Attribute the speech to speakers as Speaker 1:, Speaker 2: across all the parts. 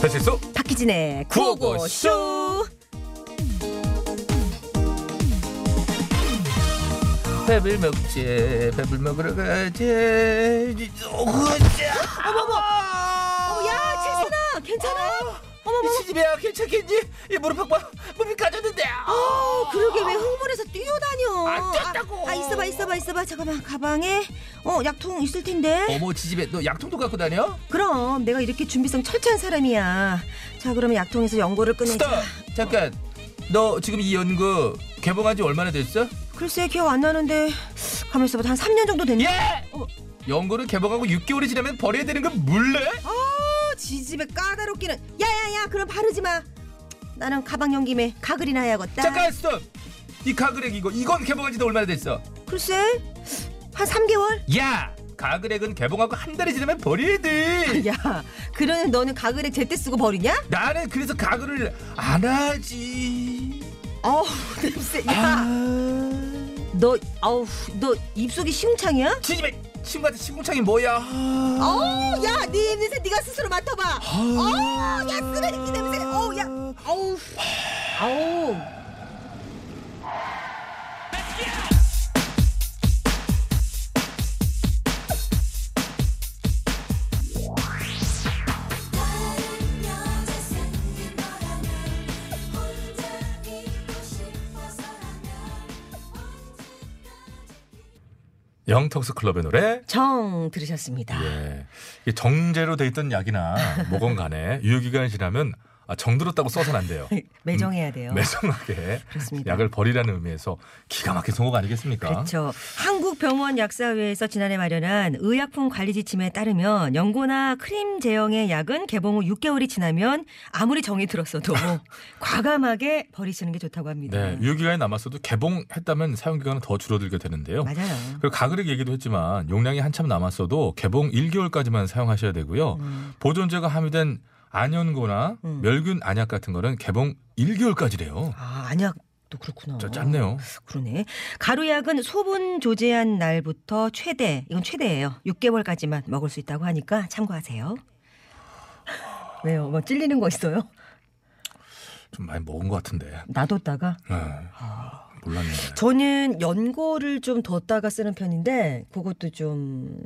Speaker 1: 배칠수
Speaker 2: 박희진의 구호고쇼.
Speaker 3: 배불 먹지 배불 먹으러 가지 어머 어머
Speaker 2: 야, 칠순아, 괜찮아? 어머, 어머,
Speaker 3: 시집애야 괜찮겠니? 이 무릎 아파 무릎이 까졌는데
Speaker 2: 어, 그러게 왜 흥분해서 뛰어다녀?
Speaker 3: 안 뛰었다고.
Speaker 2: 아, 아, 있어봐, 있어봐, 있어봐. 잠깐만, 가방에 어 약통 있을 텐데.
Speaker 3: 어머 지집애 너 약통도 갖고 다녀?
Speaker 2: 그럼 내가 이렇게 준비성 철저한 사람이야. 자, 그러면 약통에서 연고를 꺼내자.
Speaker 3: 스톱 잠깐 너 지금 이 연구 개봉한 지 얼마나 됐어?
Speaker 2: 글쎄 기억 안 나는데 가만 있어봐, 한 3년 정도 됐네.
Speaker 3: 예!
Speaker 2: 어.
Speaker 3: 연구를 개봉하고 6개월이 지나면 버려야 되는 건 몰래?
Speaker 2: 아, 지집에 까다롭기는. 야야야, 그럼 바르지 마. 나는 가방 연김에 가글이나 해야겠다.
Speaker 3: 잠깐 스톱 이 가그렉 이거 이건 개봉한 지도 얼마나 됐어?
Speaker 2: 글쎄 한 3개월?
Speaker 3: 야 가그렉은 개봉하고 한 달이 지나면 버려야 돼
Speaker 2: 아, 야, 그러는 너는 가글에 제때 쓰고 버리냐?
Speaker 3: 나는 그래서 가글을 안 하지.
Speaker 2: 어우 냄새. 야,
Speaker 3: 아.
Speaker 2: 너 아우 너 입속이 시궁창이야?
Speaker 3: 지집애 친구한테 신공창이 뭐야?
Speaker 2: 어우 야, 네 냄새 네가 스스로 맡아봐.
Speaker 3: 아.
Speaker 2: 어우 야 쓰레기 냄새. 어우 야, 어우, 어우.
Speaker 1: 영턱스 클럽의 노래
Speaker 2: 정 들으셨습니다.
Speaker 1: 예. 이게 정제로 돼 있던 약이나 모건 간에 유효기간이 지나면 아, 정들었다고 써선 안 돼요.
Speaker 2: 매정해야
Speaker 3: 음,
Speaker 2: 돼요.
Speaker 1: 매정하게
Speaker 2: 그렇습니다.
Speaker 1: 약을 버리라는 의미에서 기가 막힌 성공 아니겠습니까?
Speaker 2: 그렇죠. 한국병원약사회에서 지난해 마련한 의약품 관리 지침에 따르면 연고나 크림 제형의 약은 개봉 후 6개월이 지나면 아무리 정이 들었어도 과감하게 버리시는 게 좋다고 합니다.
Speaker 1: 네, 유효기간이 남았어도 개봉했다면 사용기간은 더 줄어들게 되는데요.
Speaker 2: 맞아요.
Speaker 1: 그리고 가그릭 얘기도 했지만 용량이 한참 남았어도 개봉 1개월까지만 사용하셔야 되고요.
Speaker 2: 음.
Speaker 1: 보존제가 함유된 안연고나
Speaker 2: 음.
Speaker 1: 멸균 안약 같은 거는 개봉 1개월까지래요.
Speaker 2: 아, 안약도 그렇구나.
Speaker 1: 저 짧네요.
Speaker 2: 그러네. 가루약은 소분 조제한 날부터 최대, 이건 최대예요. 6개월까지만 먹을 수 있다고 하니까 참고하세요. 왜요? 뭐 찔리는 거 있어요?
Speaker 1: 좀 많이 먹은 것 같은데.
Speaker 2: 놔뒀다가?
Speaker 1: 네.
Speaker 2: 아.
Speaker 1: 몰랐는데.
Speaker 2: 저는 연고를 좀 뒀다가 쓰는 편인데 그것도 좀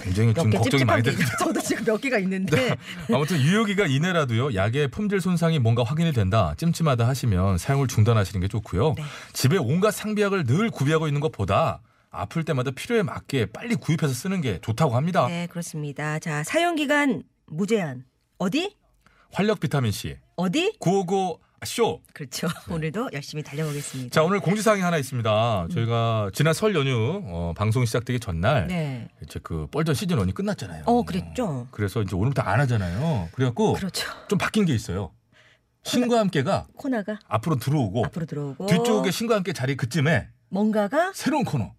Speaker 1: 굉장히
Speaker 2: 몇
Speaker 1: 지금
Speaker 2: 개
Speaker 1: 걱정이
Speaker 2: 찝찝한
Speaker 1: 많이
Speaker 2: 게
Speaker 1: 되는데. 네.
Speaker 2: 저도 지금 몇 개가 있는데
Speaker 3: 네.
Speaker 1: 아무튼 유효기간 이내라도요. 약의 품질 손상이 뭔가 확인이 된다. 찜찜하다 하시면 사용을 중단하시는 게 좋고요.
Speaker 2: 네.
Speaker 1: 집에 온갖 상비약을 늘 구비하고 있는 것보다 아플 때마다 필요에 맞게 빨리 구입해서 쓰는 게 좋다고 합니다.
Speaker 2: 네 그렇습니다. 자 사용 기간 무제한 어디
Speaker 1: 활력 비타민 C
Speaker 2: 어디
Speaker 1: 955 쇼. 네.
Speaker 2: 그렇죠. 오늘도 열심히 달려보겠습니다.
Speaker 1: 자 오늘 공지사항이 하나 있습니다. 저희가 지난 설 연휴 어, 방송 시작되기 전날
Speaker 2: 네.
Speaker 1: 이제 그 뻘전 시즌 1이 끝났잖아요.
Speaker 2: 어 그랬죠.
Speaker 1: 그래서 이제 오늘부터 안 하잖아요. 그래갖고
Speaker 2: 그렇죠.
Speaker 1: 좀 바뀐 게 있어요. 신과 함께가
Speaker 2: 코너가
Speaker 1: 앞으로 들어오고
Speaker 2: 앞으로 들어오고
Speaker 1: 뒤쪽에 신과 함께 자리 그쯤에
Speaker 2: 뭔가가
Speaker 1: 새로운 코너.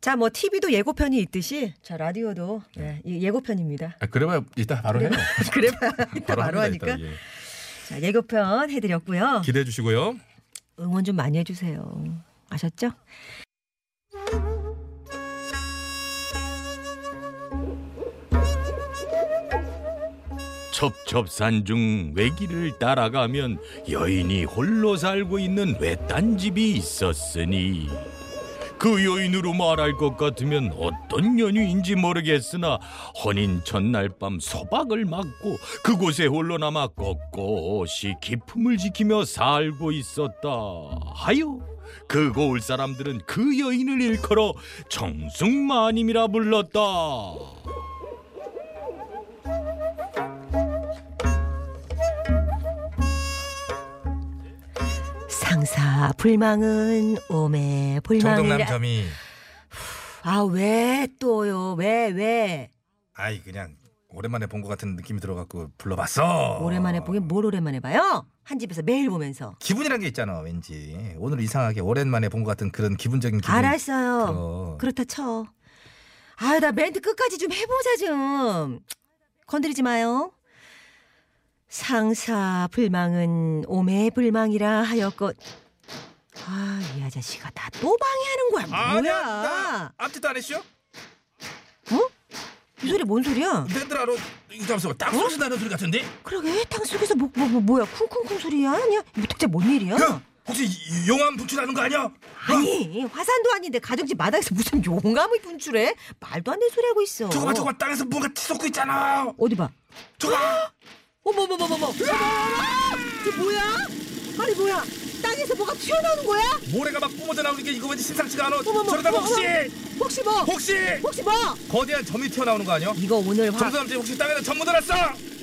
Speaker 2: 자 뭐 TV도 예고편이 있듯이 자 라디오도 네, 이 예고편입니다.
Speaker 1: 아, 그래봐 이따 바로 해요.
Speaker 2: 그래 봐 이따 바로 하니까
Speaker 1: 합니다, 이따, 예.
Speaker 2: 자 예고편 해드렸고요.
Speaker 1: 기대해 주시고요.
Speaker 2: 응원 좀 많이 해주세요. 아셨죠?
Speaker 4: 첩첩산 중 외길을 따라가면 여인이 홀로 살고 있는 외딴 집이 있었으니 그 여인으로 말할 것 같으면 어떤 연유인지 모르겠으나 혼인 첫날 밤 소박을 맞고 그곳에 홀로 남아 꼿꼿이 기품을 지키며 살고 있었다 하여 그 고을 사람들은 그 여인을 일컬어 정승마님이라 불렀다.
Speaker 2: 상사 불망은 오매 불망이라.
Speaker 3: 점이
Speaker 2: 아 왜 또요? 왜 왜?
Speaker 3: 아이 그냥 오랜만에 본 것 같은 느낌이 들어갖고 불러봤어.
Speaker 2: 오랜만에 보긴 뭘 오랜만에 봐요? 한 집에서 매일 보면서.
Speaker 3: 기분이란 게 있잖아 왠지 오늘 이상하게 오랜만에 본 것 같은 그런 기분적인 기분.
Speaker 2: 아, 알았어요.
Speaker 3: 들어.
Speaker 2: 그렇다 쳐. 아유 나 멘트 끝까지 좀 해보자 좀. 건드리지 마요. 상사 불망은 오매 불망이라 하였고. 아이 아저씨가 나 또 방해하는 거야 뭐야?
Speaker 3: 앞뒤도 안 했죠?
Speaker 2: 어?
Speaker 3: 이
Speaker 2: 소리 뭔 소리야? 어?
Speaker 3: 내들 알아. 이거 잠시만. 딱 소리 나는 소리 같은데?
Speaker 2: 그러게 탕수육에서 뭐, 뭐, 뭐 뭐야 쿵쿵쿵 소리야 아니야? 이거 대체 뭔 일이야?
Speaker 3: 야, 혹시 이- 용암 분출하는 거 아니야?
Speaker 2: 아니 화산도 아닌데 가정집 마당에서 무슨 용감을 분출해? 말도 안 되는 소리 하고 있어.
Speaker 3: 저거 봐, 저거 봐. 땅에서 뭔가 치솟고 있잖아.
Speaker 2: 어디 봐.
Speaker 3: 저거. 네! 봐.
Speaker 2: 어머 어머 어머 어머. 어머. 이게 뭐야? 아니 뭐야? 땅에서 뭐가 튀어나오는 거야?
Speaker 3: 모래가 막 뿜어져 나오는 게 이거 왠지 심상치가 않아.
Speaker 2: 어머, 어머,
Speaker 3: 저러다
Speaker 2: 어머,
Speaker 3: 혹시
Speaker 2: 혹시 뭐?
Speaker 3: 혹시
Speaker 2: 혹시 뭐?
Speaker 3: 거대한 점이 튀어나오는 거 아니야?
Speaker 2: 이거 오늘 화.
Speaker 3: 정수남자 혹시 땅에다 점 묻어놨어?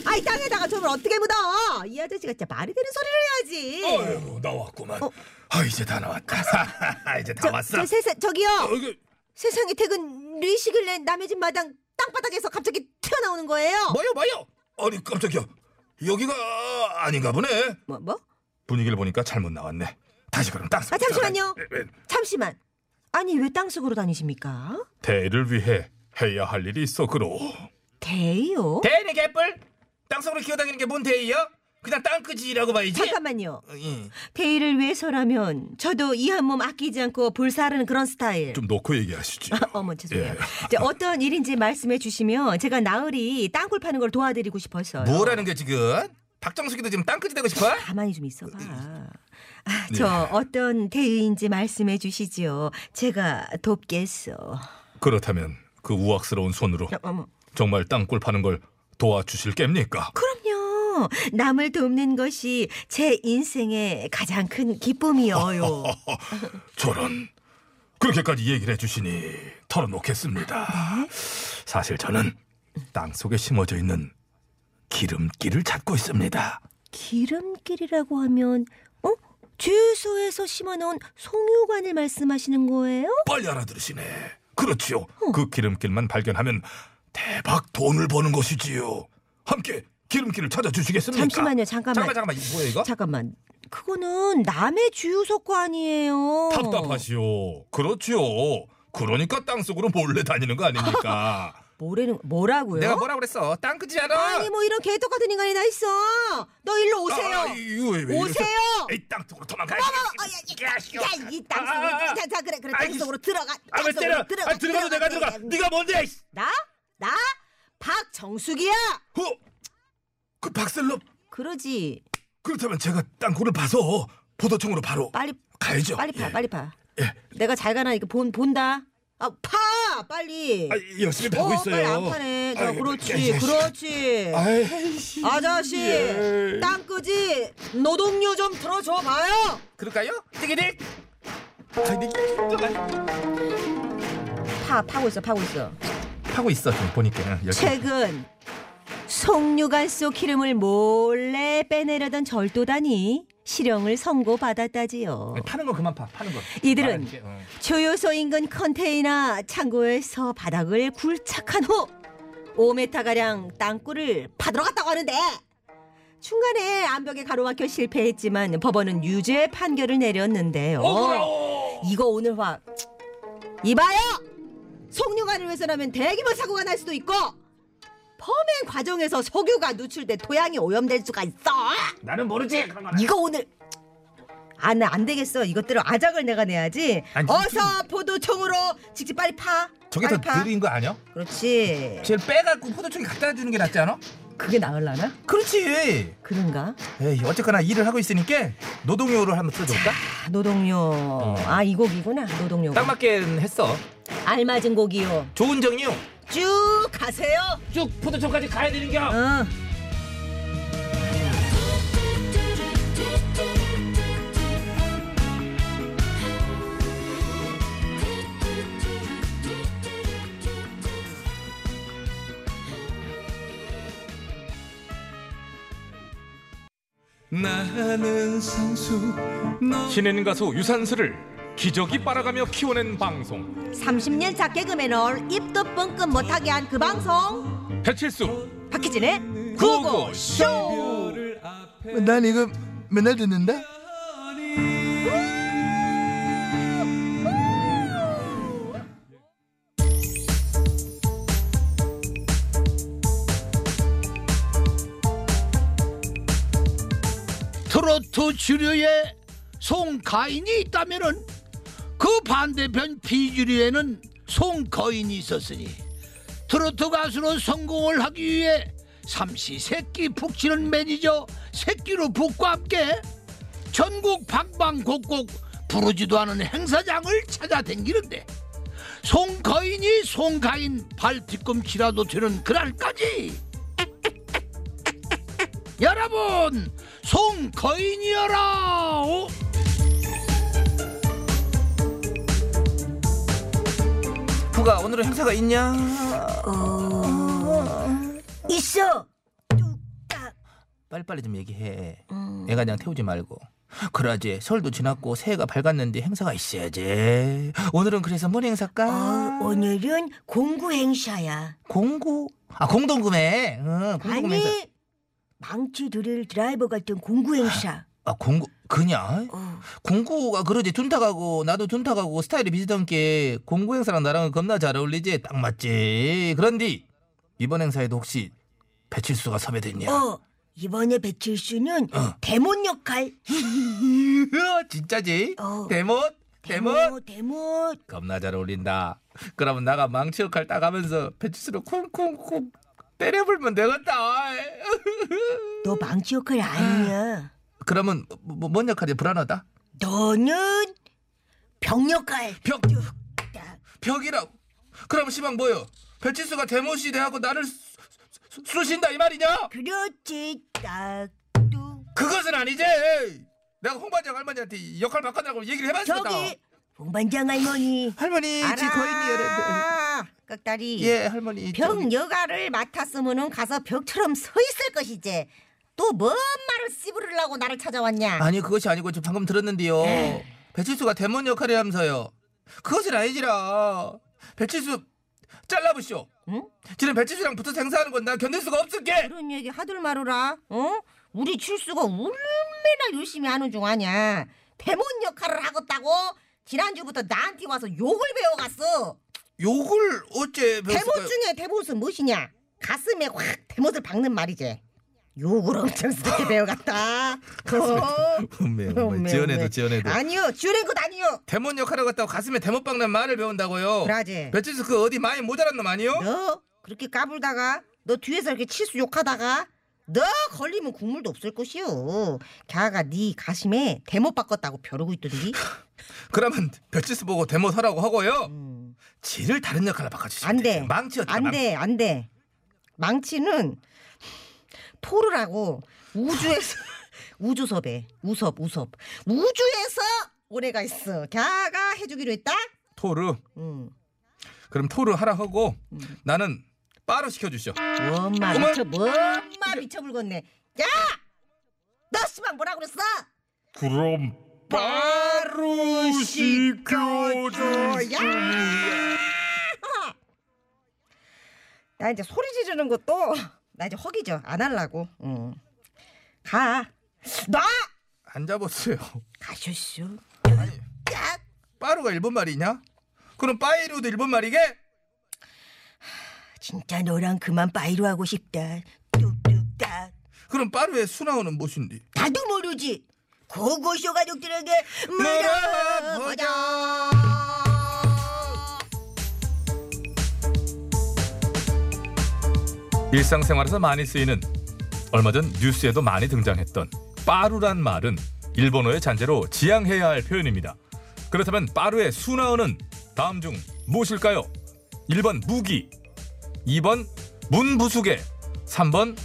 Speaker 2: 아이 땅에다가 저걸 어떻게 묻어? 이 아저씨가 진짜 말이 되는 소리를 해야지.
Speaker 3: 어휴, 나왔구만.
Speaker 2: 어.
Speaker 3: 아 이제 다 나왔다. 이제 다 왔어.
Speaker 2: 저 세상 저기요.
Speaker 3: 어, 이거-
Speaker 2: 세상에 퇴근 리식을 낸 남의 집 마당 땅바닥에서 갑자기 튀어나오는 거예요.
Speaker 3: 뭐요 뭐요? 아니 깜짝이야. 여기가 아닌가 보네.
Speaker 2: 뭐 뭐?
Speaker 3: 분위기를 보니까 잘못 나왔네. 다시 그럼 땅.
Speaker 2: 아, 잠시만요.
Speaker 3: 에, 에,
Speaker 2: 잠시만. 아니 왜 땅속으로 다니십니까?
Speaker 1: 대를 위해 해야 할 일이 있어 그로.
Speaker 2: 대요?
Speaker 3: 대인의 개뿔? 땅속으로 기어다니는 게 뭔 대이야? 그냥 땅끝이라고 봐야지.
Speaker 2: 잠깐만요.
Speaker 3: 어, 예.
Speaker 2: 대의를 위해서라면 저도 이 한 몸 아끼지 않고 불사르는 그런 스타일.
Speaker 1: 좀 놓고 얘기하시지.
Speaker 2: 아, 어머 죄송해요.
Speaker 3: 예.
Speaker 2: 이제 어떤 일인지 말씀해 주시면 제가 나으리 땅굴 파는 걸 도와드리고 싶어서요.
Speaker 3: 뭐라는 게 지금? 박정숙이도 지금 땅끝이 되고 싶어?
Speaker 2: 가만히 좀
Speaker 3: 네.
Speaker 2: 있어봐. 아, 저 어떤 대의인지 말씀해 주시지요. 제가 돕겠어.
Speaker 1: 그렇다면 그 우악스러운 손으로
Speaker 2: 어머.
Speaker 1: 정말 땅굴 파는 걸 도와주실 겝니까?
Speaker 2: 그럼요. 남을 돕는 것이 제 인생의 가장 큰 기쁨이어요.
Speaker 1: 저런 그렇게까지 얘기를 해주시니 털어놓겠습니다.
Speaker 2: 네.
Speaker 1: 사실 저는 땅 속에 심어져 있는 기름기를 찾고 있습니다.
Speaker 2: 기름길이라고 하면 어? 주유소에서 심어놓은 송유관을 말씀하시는 거예요?
Speaker 3: 뭐-
Speaker 1: 빨리 알아들으시네. 그렇지요.
Speaker 2: 어.
Speaker 1: 그 기름길만 발견하면 대박 돈을 버는 것이지요. 함께 기름길을 찾아주시겠습니까?
Speaker 2: 잠시만요, 잠깐만.
Speaker 3: 잠깐만 잠깐만 이거 뭐야 이거?
Speaker 2: 잠깐만. 그거는 남의 주유소거 아니에요.
Speaker 1: 답답하시오. 그렇지요. 그러니까 땅 속으로 몰래 다니는 거 아닙니까?
Speaker 2: 어? 뭐라는 뭐라고요?
Speaker 3: 내가 뭐라 그랬어? 땅끝이잖아.
Speaker 2: 아니 뭐 이런 개떡 같은 인간이 나 있어. 너 일로 오세요.
Speaker 1: 아, 이거 왜, 왜 이러세요?
Speaker 2: 오세요. 어,
Speaker 1: 에이, 땅 속으로 도망가야
Speaker 2: 예. 야이
Speaker 1: 아, 아, 아.
Speaker 2: 땅속으로 자, 자 그래 그래
Speaker 1: 아이,
Speaker 2: 땅속으로 들어가.
Speaker 1: 아, 왜 때려? 아, 들어가도 내가 들어가. 네가 뭔데? 이씨.
Speaker 2: 나? 나? 박정숙이야.
Speaker 1: 어? 그 박셀럽
Speaker 2: 그러지.
Speaker 1: 그렇다면 제가 땅굴을 파서 보도청으로 바로
Speaker 2: 빨리
Speaker 1: 가야죠.
Speaker 2: 빨리 파,
Speaker 1: 예.
Speaker 2: 빨리 파. 내가 잘 가나 이거 본 본다. 아, 파 빨리.
Speaker 1: 아, 열심히 파고
Speaker 2: 어,
Speaker 1: 있어요.
Speaker 2: 빨리 안 파네. 자,
Speaker 1: 아이,
Speaker 2: 그렇지,
Speaker 1: 아이씨.
Speaker 2: 그렇지.
Speaker 1: 아이씨.
Speaker 2: 아저씨,
Speaker 1: 예.
Speaker 2: 땅끄지 노동요 좀 들어줘 봐요.
Speaker 3: 그럴까요? 띠기딕. 아니
Speaker 2: 파 파고 있어, 파고 있어.
Speaker 3: 하고 있어 지금 보니까.
Speaker 2: 최근 송유관 속 기름을 몰래 빼내려던 절도단이 실형을 선고받았다지요.
Speaker 3: 네, 파는 거 그만 파. 파는 거.
Speaker 2: 이들은
Speaker 3: 말하는 게, 어.
Speaker 2: 조요소 인근 컨테이너 창고에서 바닥을 굴착한 후 5m가량 땅굴을 파들어갔다고 하는데 중간에 암벽에 가로막혀 실패했지만 법원은 유죄 판결을 내렸는데요.
Speaker 3: 어,
Speaker 2: 이거 오늘 화 이봐요! 송유관을 훼손하면 대규모 사고가 날 수도 있고 범행 과정에서 석유가 누출돼 토양이 오염될 수가 있어.
Speaker 3: 나는 모르지 그런 거.
Speaker 2: 이거 오늘 아 나 안 되겠어 이것들은 아작을 내가 내야지
Speaker 3: 아니,
Speaker 2: 어서 포도청으로 직접 빨리 파
Speaker 3: 저게 더
Speaker 2: 빨리 파.
Speaker 3: 느린 거 아니야?
Speaker 2: 그렇지
Speaker 3: 제일 빼갖고 포도청에 갖다 주는 게 낫지 않아?
Speaker 2: 그게 나을라나
Speaker 3: 그렇지.
Speaker 2: 그런가
Speaker 3: 에이 어쨌거나 일을 하고 있으니까 노동요를 한번 틀어줄까? 어.
Speaker 2: 아, 노동요 아 이 곡이구나 노동요
Speaker 3: 딱 맞게 했어.
Speaker 2: 알맞은 곡이요
Speaker 3: 좋은 정이요.
Speaker 2: 쭉 가세요
Speaker 3: 쭉 포도청까지 가야 되는 겨.
Speaker 2: 어.
Speaker 4: 나는 상수
Speaker 1: 신인 가수 유산슬을 기적이 빨아가며 키워낸 방송
Speaker 2: 30년 차 개그맨 을 입도 뻥끗 못하게 한 그 방송
Speaker 1: 배칠수
Speaker 2: 박희진의 구호고
Speaker 1: 구호고쇼
Speaker 3: 난 이거 맨날 듣는다.
Speaker 5: 트로트 주류에 송가인이 있다면은 그 반대편 비주류에는 송거인이 있었으니 트로트 가수로 성공을 하기 위해 삼시 새끼 북치는 매니저 새끼로 북과 함께 전국 방방곡곡 부르지도 않은 행사장을 찾아댕기는데 송거인이 송가인 발 뒤꿈치라도 되는 그날까지 여러분 송거인이여라 오!
Speaker 3: 부가 오늘은 행사가 있냐?
Speaker 2: 어, 있어.
Speaker 3: 빨리빨리 좀 얘기해.
Speaker 2: 음.
Speaker 3: 애가 그냥 태우지 말고. 그러지 설도 지났고 새해가 밝았는데 행사가 있어야지. 오늘은 그래서 뭔 행사일까?
Speaker 2: 어, 오늘은 공구 행사야.
Speaker 3: 공구? 아 공동구매. 응, 공동구매 행사.
Speaker 2: 망치 드릴 드라이버 같은 공구 행사.
Speaker 3: 아 공구 그냥 공구가 그러지 둔탁하고 나도 둔탁하고 스타일이 비슷한 게 공구 행사랑 나랑은 겁나 잘 어울리지 딱 맞지 그런데 이번 행사에도 혹시 배칠수가 섭외됐냐
Speaker 2: 어 이번에 배칠수는 대몬 역할.
Speaker 3: 어. 이야, 진짜지
Speaker 2: 어.
Speaker 3: 대못
Speaker 2: 대몬
Speaker 3: 대못
Speaker 2: 대몬.
Speaker 3: 겁나 잘 어울린다 그러면 나가 망치 역할 따가면서 배칠수로 쿵쿵쿵 때려불면 되겠다
Speaker 2: 너 망치 역할 아니야.
Speaker 3: 그러면 뭐, 뭔 역할이 불안하다
Speaker 2: 너는 병 역할.
Speaker 3: 벽 벽이라고. 그럼 시방 뭐요? 배치수가 대모시 대하고 나를 수- 수- 쑤신다 이 말이냐?
Speaker 2: 그렇지 딱두.
Speaker 3: 그것은 아니지. 내가 홍반장 할머니한테 역할 바꿔달라고 얘기를 해봤었다.
Speaker 2: 저기 홍반장 할머니.
Speaker 3: 할머니 지거인이요.
Speaker 6: 꺽다리
Speaker 3: 예 할머니.
Speaker 6: 병
Speaker 3: 저기.
Speaker 6: 여가를 맡았으면은 가서 벽처럼 서 있을 것이지 또 뭔 말을 씹으려고 나를 찾아왔냐 예.
Speaker 3: 아니 그것이 아니고 저 방금 들었는데요. 배치수가 대문 역할을 하면서요. 그것은 아니지라. 배치수 잘라보시오.
Speaker 6: 응?
Speaker 3: 지금 배치수랑 붙어서 행사하는 건 나 견딜 수가 없을게.
Speaker 6: 그런 얘기 하들 말어라 어? 우리 칠수가 얼마나 열심히 하는 중 아냐 대문 역할을 하겠다고 지난주부터 나한테 와서 욕을 배워갔어
Speaker 3: 욕을 어째
Speaker 6: 대못
Speaker 3: 배웠을까요?
Speaker 6: 중에 대못은 무엇이냐 가슴에 확 대못을 박는 말이지 욕을 엄청 세게 배워갔다 어?
Speaker 3: 음메, 음메.
Speaker 6: 어메, 어메. 아니요 지원한 것 아니요
Speaker 3: 대문 역할을 갖다고 가슴에 대못 박는 말을 배운다고요.
Speaker 6: 그러지.
Speaker 3: 배치수 그 어디 많이 모자란 놈 아니요?
Speaker 6: 너 어? 그렇게 까불다가 너 뒤에서 이렇게 치수 욕하다가 너 걸리면 국물도 없을 것이오. 걔가 네 가심에 대못 바꿨다고 벼르고 있더니.
Speaker 3: 그러면 배치수 보고 대못 하라고 하고요.
Speaker 6: 음.
Speaker 3: 지를 다른 역할로 바꿔주시면
Speaker 6: 안 돼.
Speaker 3: 망치 어떻게
Speaker 6: 안 돼. 안 돼. 망치는 토르라고 우주에서 우주섭에 우섭 우섭 우주에서 올해가 있어. 걔가 해주기로 했다.
Speaker 3: 토르.
Speaker 6: 음.
Speaker 3: 그럼 토르 하라 하고 나는 빠로 시켜주시오.
Speaker 6: 엄마 뭐
Speaker 3: 어머.
Speaker 6: 미쳐 엄마 미쳐 불겠네. 야, 너 씨발 뭐라 그랬어?
Speaker 1: 그럼 바로 시켜줘.
Speaker 6: 야! 나 이제 소리 지르는 것도 나 이제 허기져 안 할라고. 응. 가. 나
Speaker 3: 앉아보세요.
Speaker 6: 가셨슈.
Speaker 3: 빠루가 일본 말이냐? 그럼 빠이루도 일본 말이게?
Speaker 2: 진짜 너랑 그만 빠이로 하고 싶다. 뚝뚝딱.
Speaker 3: 그럼 빠루의 수나오는 무엇인데?
Speaker 2: 나도 모르지. 고고쇼 가족들에게 물어보자.
Speaker 3: 물어보자.
Speaker 1: 일상생활에서 많이 쓰이는 얼마 전 뉴스에도 많이 등장했던 빠루란 말은 일본어의 잔재로 지양해야 할 표현입니다. 그렇다면 빠루의 순화어는 다음 중 무엇일까요? 1번 무기, 2번 문부수개, 3번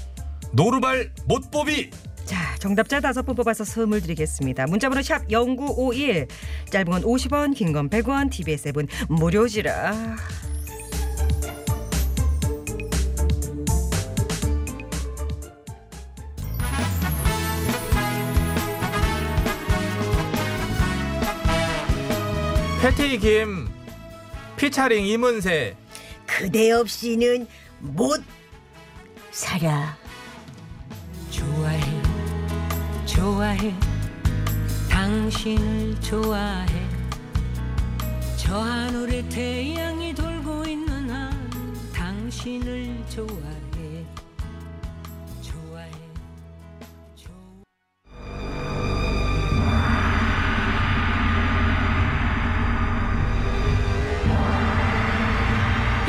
Speaker 1: 노루발 못보비.
Speaker 2: 자, 아, 정답자 다섯 분 뽑아서 선물 드리겠습니다. 문자번호 샵 0951. 짧은 건 50원, 긴 건 100원, TBS 앱은 무료지라.
Speaker 3: 패티 김 피차링 이문세
Speaker 2: 그대 없이는 못 살아.
Speaker 7: 좋아해 좋아해 당신을 좋아해 저 하늘에 태양이 돌고 있는 한 당신을 좋아해 좋아해 좋아해
Speaker 8: 인간은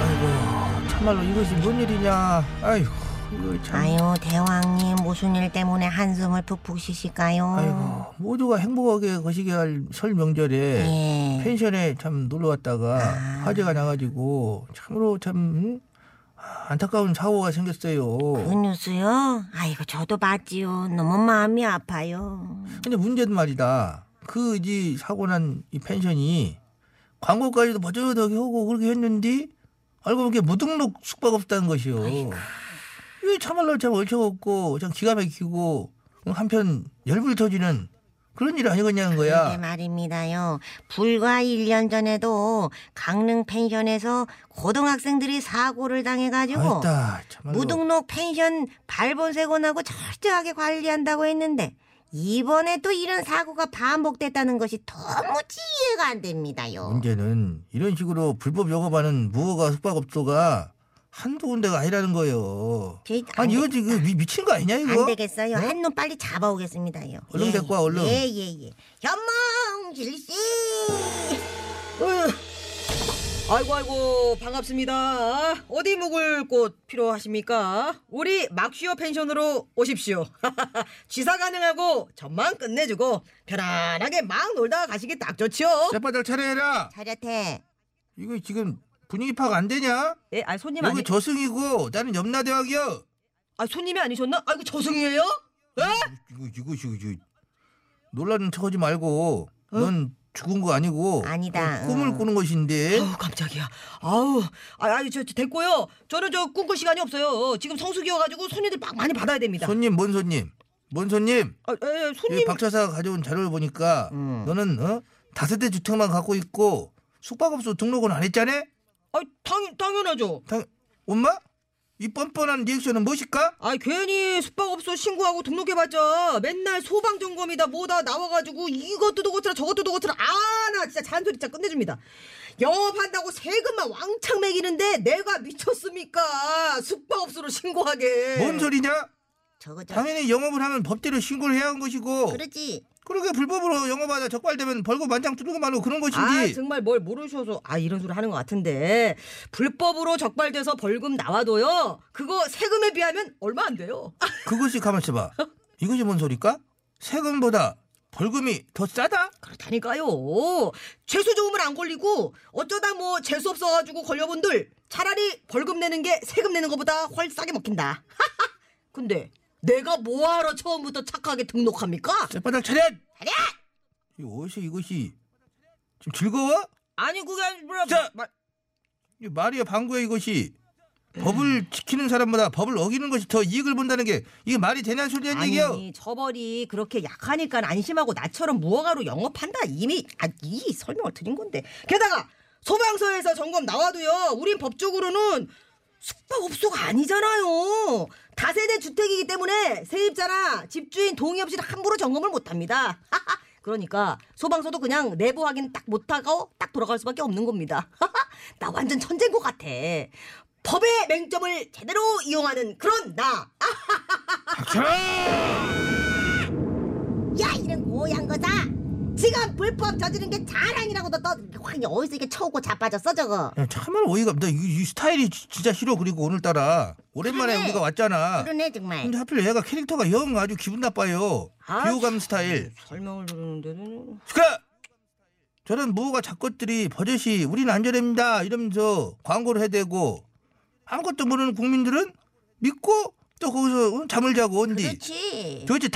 Speaker 3: 아이고 참말로 이것이 뭔 일이냐 아이고 이거 참
Speaker 6: 아유 대왕님 무슨 일 때문에 한숨을 푹푹 쉬실까요?
Speaker 3: 아이고 모두가 행복하게 거시게 할 설 명절에
Speaker 2: 네.
Speaker 6: 예.
Speaker 3: 펜션에 참 놀러 왔다가
Speaker 2: 아.
Speaker 3: 화재가 나가지고 참으로 참 음, 안타까운 사고가 생겼어요.
Speaker 6: 그 뉴스요? 아이고 저도 봤지요. 너무 마음이 아파요.
Speaker 3: 근데 문제는 말이다. 그 이제 사고 난 이 펜션이 광고까지도 버저덕이 하고 그렇게 했는데 알고 보니 무등록 숙박업자인 것이요. 이게 참말로 참 얼척없고 참 기가 막히고 한편 열불 터지는 그런 일 아니겠냐는
Speaker 6: 그게
Speaker 3: 거야.
Speaker 6: 말입니다요. 불과 1년 전에도 강릉 펜션에서 고등학생들이 사고를 당해가지고
Speaker 3: 아따 참말로.
Speaker 6: 무등록 펜션 발본색원하고 철저하게 관리한다고 했는데 이번에 또 이런 사고가 반복됐다는 것이 도무지 이해가 안 됩니다요.
Speaker 3: 아. 문제는 이런 식으로 불법 영업하는 무허가 숙박업소가 한두 군데가 아니라는 거예요.
Speaker 6: 저희 안
Speaker 3: 아니
Speaker 6: 되-
Speaker 3: 이거 지금 미, 미친 거 아니냐 이거?
Speaker 6: 안 되겠어요. 한놈 빨리 잡아오겠습니다요.
Speaker 3: 뭐? 얼른
Speaker 6: 예,
Speaker 3: 데리고 와, 얼른.
Speaker 6: 예, 예, 예. 현몽실 씨.
Speaker 4: 아이고 아이고 반갑습니다. 어디 묵을 곳 필요하십니까? 우리 막쉬어 펜션으로 오십시오. 취사 가능하고 전망 끝내주고 편안하게 막 놀다 가시기 딱 좋지요.
Speaker 3: 재빠들 차례해라.
Speaker 6: 차렷해.
Speaker 3: 이거 지금 분위기 파악 안 되냐?
Speaker 4: 예, 아 손님
Speaker 3: 여기
Speaker 4: 아니
Speaker 3: 저승이고 나는 염라대왕이야.
Speaker 4: 아 손님이 아니셨나? 아이고 저승이에요?
Speaker 3: 이거 이거 이거 이거 놀라는 척하지 말고 넌 죽은 거 아니고
Speaker 6: 아니다,
Speaker 3: 그 꿈을
Speaker 6: 응.
Speaker 3: 꾸는 것인데
Speaker 4: 아우 깜짝이야. 아우 아, 아유 저, 저 됐고요. 저는 저 꿈꿀 시간이 없어요. 지금 성수기여가지고 손님들 막 많이 받아야 됩니다.
Speaker 3: 손님 뭔 손님 뭔 손님?
Speaker 4: 아, 예, 손님
Speaker 3: 여기 박 차사가 가져온 자료를 보니까 너는 어? 다섯 대 주택만 갖고 있고 숙박업소 등록은 안 했잖아?
Speaker 4: 아, 당, 당연하죠.
Speaker 3: 당... 엄마? 이 뻔뻔한 리액션은 무엇일까?
Speaker 4: 아 괜히 숙박업소 신고하고 등록해봤자 맨날 소방점검이다 뭐다 나와가지고 이것도 도고트라 저것도 도고트라 아 나 진짜 잔소리 진짜 끝내줍니다 영업한다고 세금만 왕창 매기는데 내가 미쳤습니까 숙박업소로 신고하게
Speaker 3: 뭔 소리냐?
Speaker 6: 저거 저.
Speaker 3: 당연히 영업을 하면 법대로 신고를 해야 하는 것이고
Speaker 6: 그러지.
Speaker 3: 그러게 불법으로 영업하다 적발되면 벌금 만장 두르고 말고 그런
Speaker 4: 아
Speaker 3: 것인지
Speaker 4: 정말 뭘 모르셔서 아 이런 소리 하는 것 같은데 불법으로 적발돼서 벌금 나와도요 그거 세금에 비하면 얼마 안 돼요
Speaker 3: 그것이 가만 있어봐 이것이 뭔 소릴까? 세금보다 벌금이 더 싸다?
Speaker 4: 그렇다니까요. 재수 좋으면 안 걸리고 어쩌다 뭐 재수 없어가지고 걸려본들 차라리 벌금 내는 게 세금 내는 것보다 훨 싸게 먹힌다. 근데 내가 뭐하러 처음부터 착하게 등록합니까?
Speaker 3: 쌔바닥 차렷! 차렷! 이 옷이 이것이 지금 즐거워?
Speaker 4: 아니 그게 뭐야?
Speaker 3: 자!
Speaker 4: 마-
Speaker 3: 이 말이야 방구야 이것이
Speaker 4: 음.
Speaker 3: 법을 지키는 사람보다 법을 어기는 것이 더 이익을 본다는 게 이게 말이 되냐는 소리야 얘기야
Speaker 4: 아니 처벌이 그렇게 약하니까 안심하고 나처럼 무허가로 영업한다 이미 아, 이 설명을 드린 건데 게다가 소방서에서 점검 나와도요 우린 법적으로는 숙박업소가 아니잖아요 다세대 주택이기 때문에 세입자나 집주인 동의 없이 함부로 점검을 못합니다 그러니까 소방서도 그냥 내부 확인 딱 못하고 딱 돌아갈 수밖에 없는 겁니다 나 완전 천재인 것 같아 법의 맹점을 제대로 이용하는 그런 나
Speaker 6: 야 이런 고양 거다. 지금 불법 저지른 게 자랑이라고도 또확 어디서 이게 쳐오고 자빠졌어 저거.
Speaker 3: 야, 참말 어이가 없다 이, 이 스타일이 지- 진짜 싫어 그리고 오늘따라 오랜만에
Speaker 6: 그러네.
Speaker 3: 우리가 왔잖아
Speaker 6: 그러네 정말.
Speaker 3: 근데 하필 얘가 캐릭터가 영 아주 기분 나빠요
Speaker 4: 아,
Speaker 3: 비호감 스타일
Speaker 4: 설명을 들었는데는
Speaker 3: 시끄러! 저런 무허가 작것들이 버젓이 우리는 안전합니다 이러면서 광고를 해대고 아무것도 모르는 국민들은 믿고 또 거기서 어, 잠을 자고 온디
Speaker 6: 그렇지.
Speaker 3: 도대체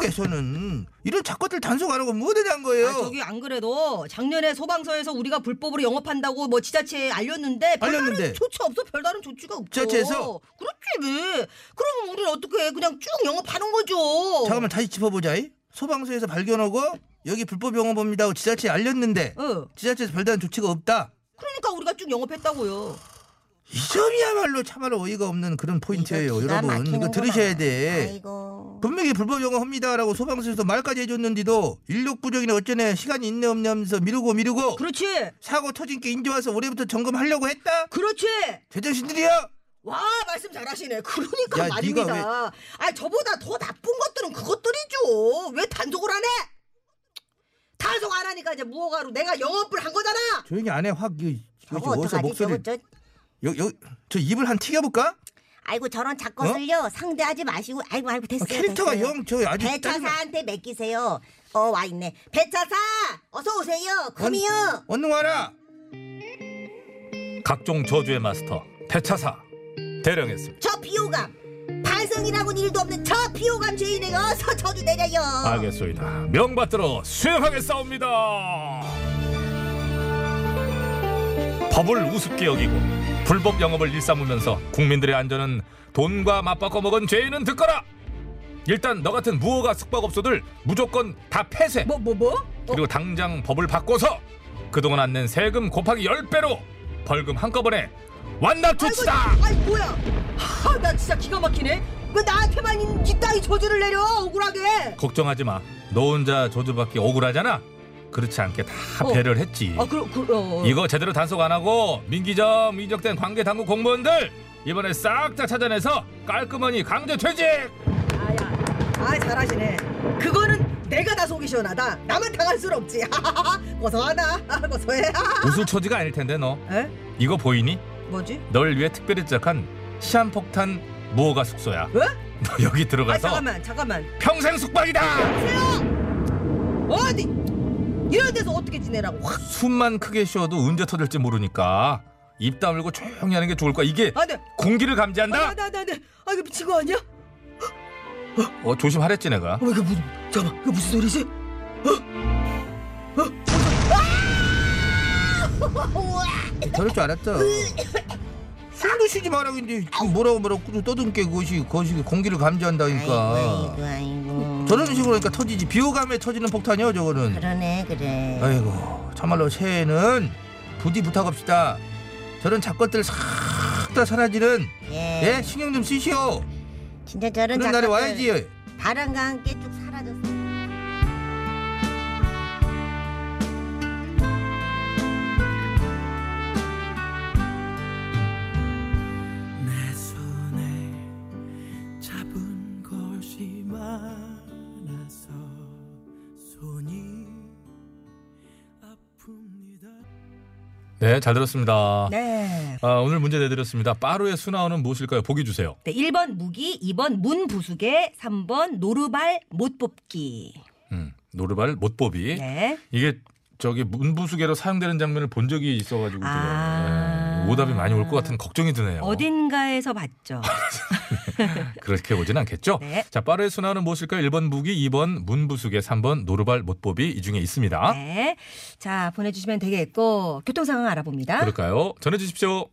Speaker 3: 당국에서는 이런 작것들 단속 안 하고 뭐 대한 거예요?
Speaker 4: 아, 저기 안 그래도 작년에 소방서에서 우리가 불법으로 영업한다고 뭐 지자체에 알렸는데 별다른
Speaker 3: 알렸는데.
Speaker 4: 조치 없어 별다른 조치가 없어
Speaker 3: 지자체에서?
Speaker 4: 그렇지 왜 그럼 우리는 어떻게 해? 그냥 쭉 영업하는 거죠
Speaker 3: 잠깐만 다시 짚어보자 이. 소방서에서 발견하고 여기 불법 영업범이라고 지자체에 알렸는데
Speaker 2: 어.
Speaker 3: 지자체에서 별다른 조치가 없다.
Speaker 6: 그러니까 우리가 쭉 영업했다고요.
Speaker 3: 이 점이야말로 참으로 어이가 없는 그런 포인트예요,
Speaker 6: 기가
Speaker 3: 여러분. 이거
Speaker 6: 막히는구나.
Speaker 3: 들으셔야 돼.
Speaker 6: 아이고.
Speaker 3: 분명히 불법 영업합니다라고 소방서에서 말까지 해줬는데도 인력 부족이나 어쩌네 시간이 있네 없네 하면서 미루고 미루고
Speaker 2: 그렇지.
Speaker 3: 사고 터진 게 인제 와서 올해부터 점검하려고 했다.
Speaker 2: 그렇지.
Speaker 3: 제정신들이야.
Speaker 6: 와 말씀 잘하시네. 그러니까
Speaker 3: 야, 네가
Speaker 6: 말입니다. 아 저보다 더 나쁜 것들은 그것들이죠. 왜 단속을 안 해? 단속 안 하니까 이제 무허가로 내가 영업을 한 거잖아.
Speaker 3: 조용히 안 해. 확 이거
Speaker 6: 저거
Speaker 3: 어디서
Speaker 6: 어떡하지?
Speaker 3: 목소리
Speaker 6: 저거 저
Speaker 3: 여여저 입을 한 튀겨볼까?
Speaker 6: 아이고 저런 작것을요 상대하지 마시고 아이고 아이고 됐어요.
Speaker 3: 어? 캐릭터가
Speaker 6: 됐어요.
Speaker 3: 영 저 아주
Speaker 6: 배차사한테 맡기세요. 어 와 있네. 배차사 어서 오세요. 컴이요.
Speaker 3: 언능 와라.
Speaker 1: 각종 저주의 마스터 대차사 대령했습니다.
Speaker 6: 저 비호감 반성이라고는 일도 없는 저 비호감 죄인에게 어서 저주 내려요.
Speaker 1: 알겠소이다. 명받들어 수행하겠사옵니다. 법을 우습게 여기고 불법 영업을 일삼으면서 국민들의 안전은 돈과 맞바꿔 먹은 죄인은 듣거라. 일단 너 같은 무허가 숙박업소들 무조건 다 폐쇄.
Speaker 2: 뭐 뭐 뭐?
Speaker 1: 그리고 당장 법을 바꿔서 그동안 안 낸 세금 곱하기 10배로 벌금 한꺼번에 완납조치다.
Speaker 6: 아이 뭐야? 하, 나 진짜 기가 막히네. 왜 나한테만 이따위 저주를 내려 억울하게?
Speaker 1: 걱정하지 마. 너 혼자 저주받기 억울하잖아. 그렇지 않게 다
Speaker 2: 어.
Speaker 1: 배려를 했지.
Speaker 2: 아 그럼
Speaker 6: 어,
Speaker 2: 그럼.
Speaker 1: 이거 제대로 단속 안 하고 민기점 인적된 관계 당국 공무원들 이번에 싹 다 찾아내서 깔끔하니 강제 퇴직.
Speaker 6: 아야, 아 잘하시네. 그거는 내가 다 속이 시원하다. 나만 당할 순 없지. 고소하나? 아, 고소해.
Speaker 1: 웃을 처지가 아닐 텐데 너
Speaker 2: 에?
Speaker 1: 이거 보이니?
Speaker 2: 뭐지?
Speaker 1: 널 위해 특별히 제작한 시한폭탄 무허가 숙소야.
Speaker 2: 왜?
Speaker 6: 어?
Speaker 1: 너 여기
Speaker 2: 아
Speaker 1: 들어가서
Speaker 2: 잠깐만 잠깐만.
Speaker 1: 평생 숙박이다.
Speaker 6: 어디? 이런 데서 어떻게 지내라고? 확.
Speaker 1: 숨만 크게 쉬어도 언제 터질지 모르니까 입 다물고 조용히 하는 게 좋을 거야. 이게
Speaker 6: 아, 네.
Speaker 2: 안돼
Speaker 1: 공기를 감지한다.
Speaker 2: 안돼 안돼 안돼. 아 이거 미친 거 아니야? 어
Speaker 1: 어 조심하랬지 내가.
Speaker 2: 이거 무슨 잠깐 이거 무슨 소리지?
Speaker 1: 어?
Speaker 3: 저럴 줄 알았죠. 숨도 쉬지 말라고 이제 뭐라고 뭐라고 떠듬게 그것이 그것이 공기를 아, 감지한다니까.
Speaker 6: 아이고.
Speaker 3: 저런 식으로 그러니까 터지지 비호감에 터지는 폭탄이요 저거는.
Speaker 6: 그러네 그래.
Speaker 3: 아이고 참말로 새해에는 부디 부탁합시다. 저런 작것들 싹 다 사라지는 예 신경 좀 쓰시오.
Speaker 6: 진짜 저런
Speaker 3: 그런 날이 와야지.
Speaker 6: 바람과 함께 쭉 사라졌어.
Speaker 9: 내 손에 잡은 것이 많아서 손이 아픕니다.
Speaker 1: 네, 잘 들었습니다.
Speaker 2: 네.
Speaker 1: 아, 오늘 문제 내드렸습니다. 빠루의 수나오는 무엇일까요? 보기 주세요.
Speaker 2: 네, 1번 무기, 2번 문부수개, 3번 노루발 못 뽑기.
Speaker 1: 음, 노르발 못보비.
Speaker 2: 네.
Speaker 1: 이게 저기 문부수개로 사용되는 장면을 본 적이 있어가지고
Speaker 2: 아.
Speaker 1: 제가 예, 오답이 많이 올 것 같은 걱정이 드네요.
Speaker 2: 어딘가에서 봤죠.
Speaker 1: 그렇게 오진 않겠죠?
Speaker 2: 네.
Speaker 1: 자, 빠르의 순환은 무엇일까요? 1번 무기, 2번 문부수개, 3번 노르발 못보비 이 중에 있습니다.
Speaker 2: 네. 자, 보내주시면 되겠고, 교통 상황 알아봅니다.
Speaker 1: 그럴까요? 전해주십시오.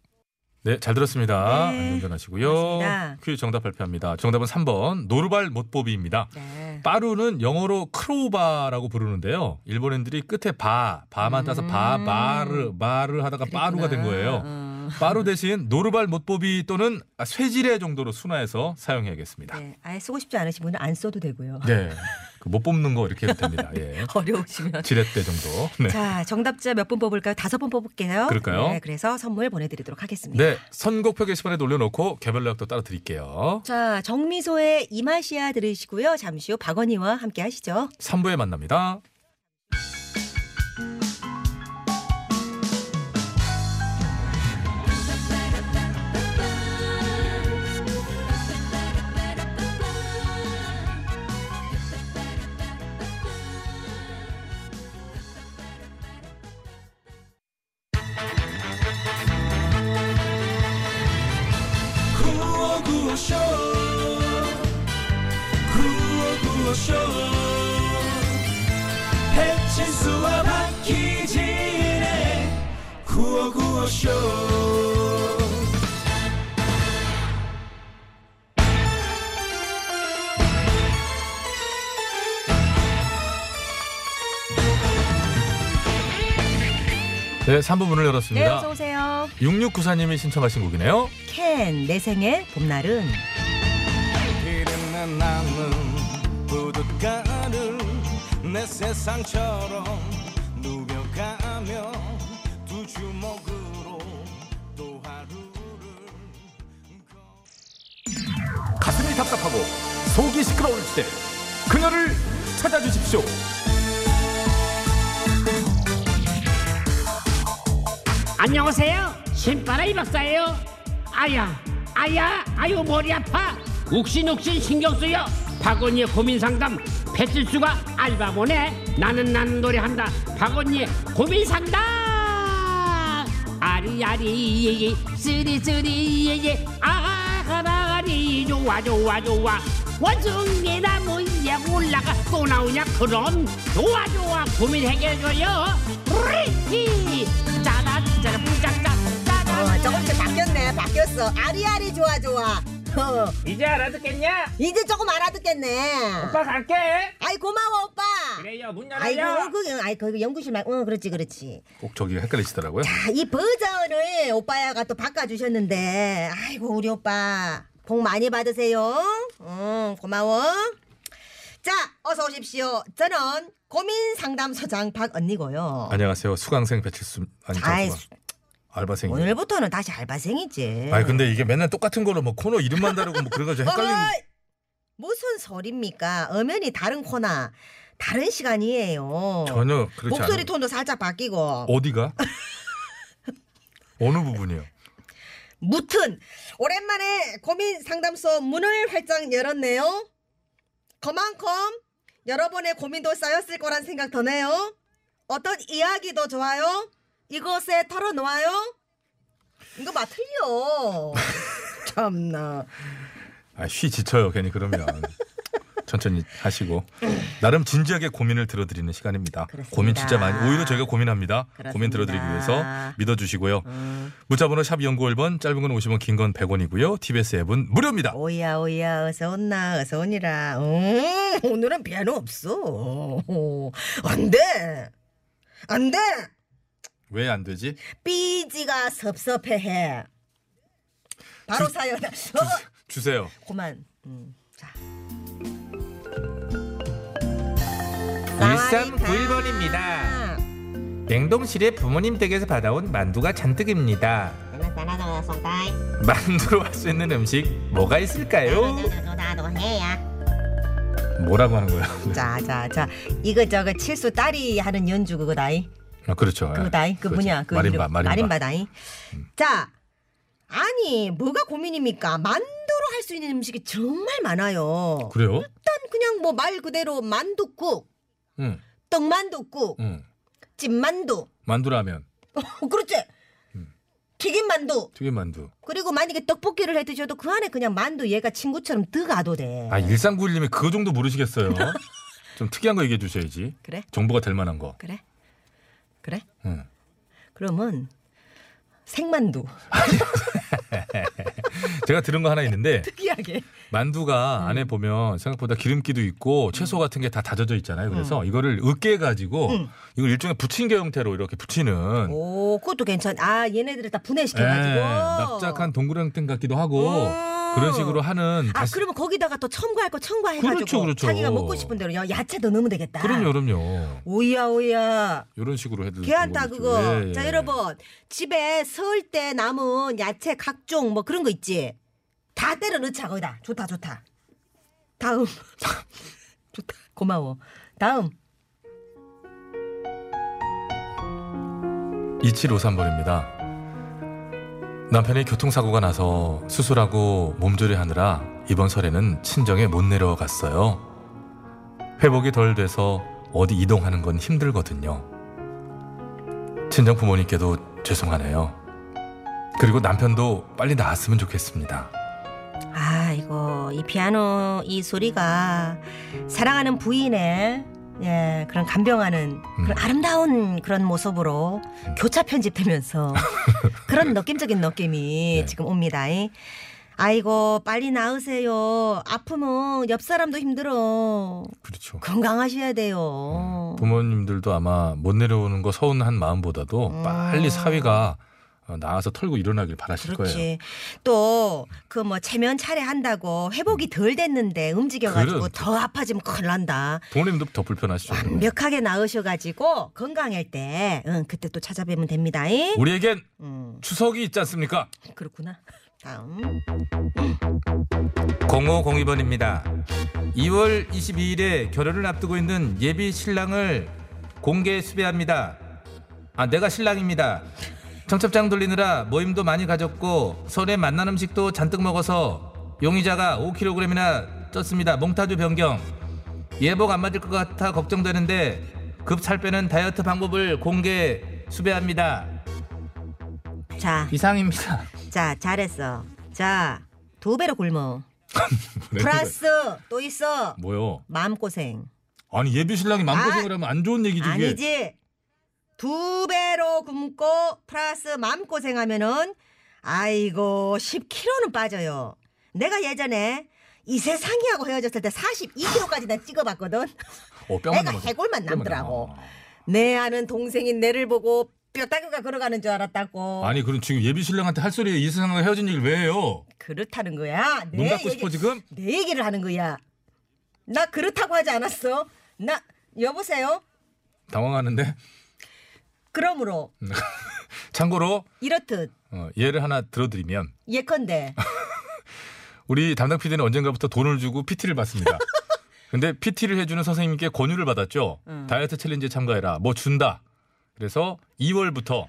Speaker 1: 네, 잘 들었습니다.
Speaker 2: 네.
Speaker 1: 안전운전하시고요.
Speaker 2: 고맙습니다.
Speaker 1: 퀴즈 정답 발표합니다. 정답은 3번 노르발 못보비입니다.
Speaker 2: 네.
Speaker 1: 빠루는 영어로 크로바라고 부르는데요. 일본인들이 끝에 바, 바만 따서 바, 바르, 바르 하다가 빠루가 된 거예요.
Speaker 2: 음. 어,
Speaker 1: 빠루 대신 노르발 못보비 또는 아, 쇠지레 정도로 순화해서 사용해야겠습니다.
Speaker 2: 네. 아예 쓰고 싶지 않으신 분은 안 써도 되고요.
Speaker 1: 네. 그못 뽑는 거 이렇게 해도 됩니다. 예.
Speaker 2: 어려우시면.
Speaker 1: 지렛대 정도. 네.
Speaker 2: 자, 정답자 몇 분 뽑을까요? 다섯 분 뽑을게요.
Speaker 1: 그럴까요?
Speaker 2: 네, 그래서 선물 보내드리도록 하겠습니다.
Speaker 1: 네. 선곡표 게시판에 올려놓고 개별 연락도 따로 드릴게요.
Speaker 2: 자, 정미소의 이마시아 들으시고요. 잠시 후 박원희와 함께 하시죠.
Speaker 1: 3부에 만납니다.
Speaker 9: 구호구호쇼 구호구호쇼 배칠수와 박희진의 구호구호쇼
Speaker 1: 네, 3부문을
Speaker 2: 네,
Speaker 1: 열었습니다.
Speaker 2: 어서 오세요.
Speaker 1: 6694님이 신청하신 곡이네요.
Speaker 2: 캔, 내 생의 봄날은.
Speaker 9: 이랬네 나는 부둣가를 내 세상처럼 누벼가며 두 주먹으로 또 하루를
Speaker 10: 가슴이 답답하고 속이 시끄러울 때 그녀를 찾아주십시오.
Speaker 5: 안녕하세요. 신바라이 박사예요. 아야, 아야, 아유 머리 아파. 욱신욱신 신경 쓰여. 박언니의 고민 상담. 배칠수가 알바 보내. 나는 나는 노래 한다. 박언니의 고민 상담. 아리아리 쓰리쓰리 예예 아가라리 좋아 좋아 좋아 원숭이 나무 위에 올라가 또 나오냐 그럼 좋아 좋아 고민 해결줘요 브리키 짜다 짜다 부짝짜
Speaker 6: 어,
Speaker 5: 짜다
Speaker 6: 조금씩 바뀌었네, 바뀌었어. 아리아리 좋아, 좋아. 어,
Speaker 5: 이제 알아듣겠냐?
Speaker 6: 이제 조금 알아듣겠네.
Speaker 5: 오빠 갈게
Speaker 6: 아이, 고마워, 오빠.
Speaker 5: 그래요 문
Speaker 6: 아이고,
Speaker 5: 열어요
Speaker 6: 그, 아이, 그 연구실 말, 응, 그렇지, 그렇지.
Speaker 1: 꼭 저기 헷갈리시더라고요.
Speaker 6: 아, 이 버전을 오빠야가 또 바꿔주셨는데, 아이고, 우리 오빠, 복 많이 받으세요. 응, 고마워. 자, 어서 오십시오. 저는 고민 상담소장 박언니고요.
Speaker 1: 안녕하세요. 수강생 배칠수 아니
Speaker 6: 아이,
Speaker 1: 잠깐만. 알바생이.
Speaker 2: 뭐
Speaker 6: 오늘부터는 다시 알바생이지.
Speaker 1: 아니 근데 이게 맨날 똑같은 걸로 뭐 코너 이름만 다르고 뭐 그래가지고 헷갈리는.
Speaker 6: 어이! 무슨 소리입니까? 엄연히 다른 코나 다른 시간이에요.
Speaker 1: 전혀 그렇지 않아요.
Speaker 6: 목소리 톤도 살짝 바뀌고
Speaker 1: 어디가? 어느 부분이요?
Speaker 6: 무튼 오랜만에 고민 상담소 문을 활짝 열었네요. 그만큼 여러분의 고민도 쌓였을 거란 생각 드네요. 어떤 이야기도 좋아요. 이곳에 털어놓아요. 이거 막 틀려. 참나.
Speaker 1: 아, 쉬 지쳐요 괜히 그러면. 천천히 하시고 나름 진지하게 고민을 들어드리는 시간입니다.
Speaker 6: 그렇습니다.
Speaker 1: 고민 진짜 많이 오히려 저희가 고민합니다. 고민 들어드리기 위해서 믿어주시고요.
Speaker 6: 음.
Speaker 1: 문자번호 샵 연구1번 짧은 건 50원 긴 건 100원이고요. TBS 앱은 무료입니다.
Speaker 6: 오야 오야 어서 온나 어서 오니라 음, 오늘은 피아노 없어 안돼 안돼
Speaker 1: 왜 안 되지?
Speaker 6: 삐지가 섭섭해해 바로 사연 어,
Speaker 1: 주세요.
Speaker 6: 그만 음, 자
Speaker 3: 1391번입니다.
Speaker 6: 아.
Speaker 3: 냉동실에 부모님 댁에서 받아온 만두가 잔뜩입니다. 만두로 할 수 있는 음식 뭐가 있을까요?
Speaker 1: 뭐라고 하는 거예요?
Speaker 6: 자자자 이거 저거 칠수 딸이 하는 연주 그거다이
Speaker 1: 아, 그렇죠. 예.
Speaker 6: 그거다이 그 뭐냐 그
Speaker 1: 마림바, 음.
Speaker 6: 이름.
Speaker 1: 마림바.
Speaker 6: 마림바다이 자 아니 뭐가 고민입니까 만두로 할 수 있는 음식이 정말 많아요
Speaker 1: 그래요?
Speaker 6: 일단 그냥 뭐 말 그대로 만둣국,
Speaker 1: 응,
Speaker 6: 떡만둣국,
Speaker 1: 응.
Speaker 6: 찐만두,
Speaker 1: 만두라면
Speaker 6: 어, 그렇지?
Speaker 1: 음.
Speaker 6: 튀김만두.
Speaker 1: 튀김 만두.
Speaker 6: 그리고 만약에 떡볶이를 해 드셔도 그 안에 그냥 만두 얘가 친구처럼 들어가도 돼.
Speaker 1: 아 1391님이 그거 정도 모르시겠어요. 좀 특이한 거 얘기해 주셔야지.
Speaker 6: 그래?
Speaker 1: 정보가 될 만한 거.
Speaker 6: 그래? 그래?
Speaker 1: 응.
Speaker 6: 그러면 생만두.
Speaker 1: 네. 제가 들은 거 하나 있는데
Speaker 6: 특이하게.
Speaker 1: 만두가 안에
Speaker 6: 음.
Speaker 1: 보면 생각보다 기름기도 있고 채소 같은 게 다 다져져 있잖아요.
Speaker 6: 음.
Speaker 1: 그래서 이거를 으깨 가지고 이걸 일종의 부침개 형태로 이렇게 부치는
Speaker 6: 오, 그것도 괜찮. 아, 얘네들을 다 분해시켜 가지고.
Speaker 1: 예, 납작한 동그랑땡 같기도 하고
Speaker 6: 음.
Speaker 1: 그런 식으로 하는
Speaker 6: 아,
Speaker 1: 다시-
Speaker 6: 그러면 거기다가 또 첨가할 거 첨가해 가지고
Speaker 1: 그렇죠, 그렇죠.
Speaker 6: 자기가 먹고 싶은 대로 야- 야채도 넣으면 되겠다.
Speaker 1: 그럼요, 그럼요.
Speaker 6: 오야 오야.
Speaker 1: 이런 식으로 해도
Speaker 6: 아. 귀한다
Speaker 1: 좋은 거겠죠.
Speaker 6: 그거.
Speaker 1: 예, 예.
Speaker 6: 자 여러분 집에 서울 때 남은 야채 각종 뭐 그런 거 있지. 다 때려 넣자 거기다. 좋다 좋다. 다음. 좋다. 고마워. 다음.
Speaker 1: 2753번입니다. 남편이 교통사고가 나서 수술하고 몸조리하느라 이번 설에는 친정에 못 내려갔어요. 회복이 덜 돼서 어디 이동하는 건 힘들거든요. 친정 부모님께도 죄송하네요. 그리고 남편도 빨리 나았으면 좋겠습니다.
Speaker 6: 아이고 이 피아노 이 소리가 사랑하는 부인의 예 그런 감병하는
Speaker 1: 음.
Speaker 6: 그런 아름다운 그런 모습으로 교차 편집되면서 그런 느낌적인 느낌이
Speaker 1: 네.
Speaker 6: 지금 옵니다. 이. 아이고 빨리 나으세요. 아프면 옆 사람도 힘들어.
Speaker 1: 그렇죠. 음,
Speaker 6: 건강하셔야 돼요.
Speaker 1: 부모님들도 아마 못 내려오는 거 서운한 마음보다도 빨리 사위가 어, 나와서 털고 일어나길 바라실 거예요.
Speaker 6: 그렇지. 또 그 뭐 체면 차례 한다고 회복이 덜 됐는데 움직여가지고
Speaker 1: 음. 그래도-
Speaker 6: 더 아파지면 큰일 난다.
Speaker 1: 부모님도 더 불편하시죠.
Speaker 6: 완벽하게 나으셔가지고 건강할 때, 응 그때 또 찾아뵈면 됩니다. 잉?
Speaker 1: 우리에겐
Speaker 6: 음
Speaker 1: 추석이 있지 않습니까?
Speaker 6: 그렇구나. 다음.
Speaker 3: 0502번입니다. 2월 22일에 결혼을 앞두고 있는 예비 신랑을 공개 수배합니다. 아, 내가 신랑입니다. 청첩장 돌리느라 모임도 많이 가졌고 설에 만난 음식도 잔뜩 먹어서 용의자가 5kg이나 쪘습니다. 몽타주 변경. 예복 안 맞을 것 같아 걱정되는데 급 살 빼는 다이어트 방법을 공개 수배합니다.
Speaker 6: 자,
Speaker 3: 이상입니다.
Speaker 6: 자, 잘했어. 자, 두 배로 굶어.
Speaker 3: 네,
Speaker 6: 플러스 또 있어.
Speaker 1: 네, 뭐요?
Speaker 6: 마음고생.
Speaker 1: 아니 예비 신랑이 마음고생을
Speaker 6: 아,
Speaker 1: 하면 안 좋은 얘기지 이게.
Speaker 6: 아니지. 두 배로 굶고 플러스 마음고생 하면은 아이고 10kg는 빠져요. 내가 예전에 이 세상이하고 헤어졌을 때 42kg까지 나 찍어봤거든.
Speaker 1: 어, 뼈만
Speaker 6: 내가
Speaker 1: 남아서-
Speaker 6: 해골만
Speaker 1: 뼈만
Speaker 6: 남더라고.
Speaker 1: 남아.
Speaker 6: 내 아는 동생인 내를 보고 뼈다귀가 걸어가는 줄 알았다고.
Speaker 1: 아니 그럼 지금 예비 신랑한테 할 소리에 이 세상과 헤어진 얘기를 왜 해요?
Speaker 6: 그렇다는 거야. 내
Speaker 1: 눈 감고
Speaker 6: 네, 얘기-
Speaker 1: 싶어 지금?
Speaker 6: 내 얘기를 하는 거야. 나 그렇다고 하지 않았어. 나 여보세요.
Speaker 1: 당황하는데
Speaker 6: 그러므로
Speaker 1: 참고로
Speaker 6: 이렇듯
Speaker 1: 어, 예를 하나 들어드리면
Speaker 6: 예컨대
Speaker 1: 우리 담당 PD는 언젠가부터 돈을 주고 PT를 받습니다. 근데 PT를 해주는 선생님께 권유를 받았죠.
Speaker 6: 음.
Speaker 1: 다이어트 챌린지에 참가해라. 뭐 준다. 그래서 2월부터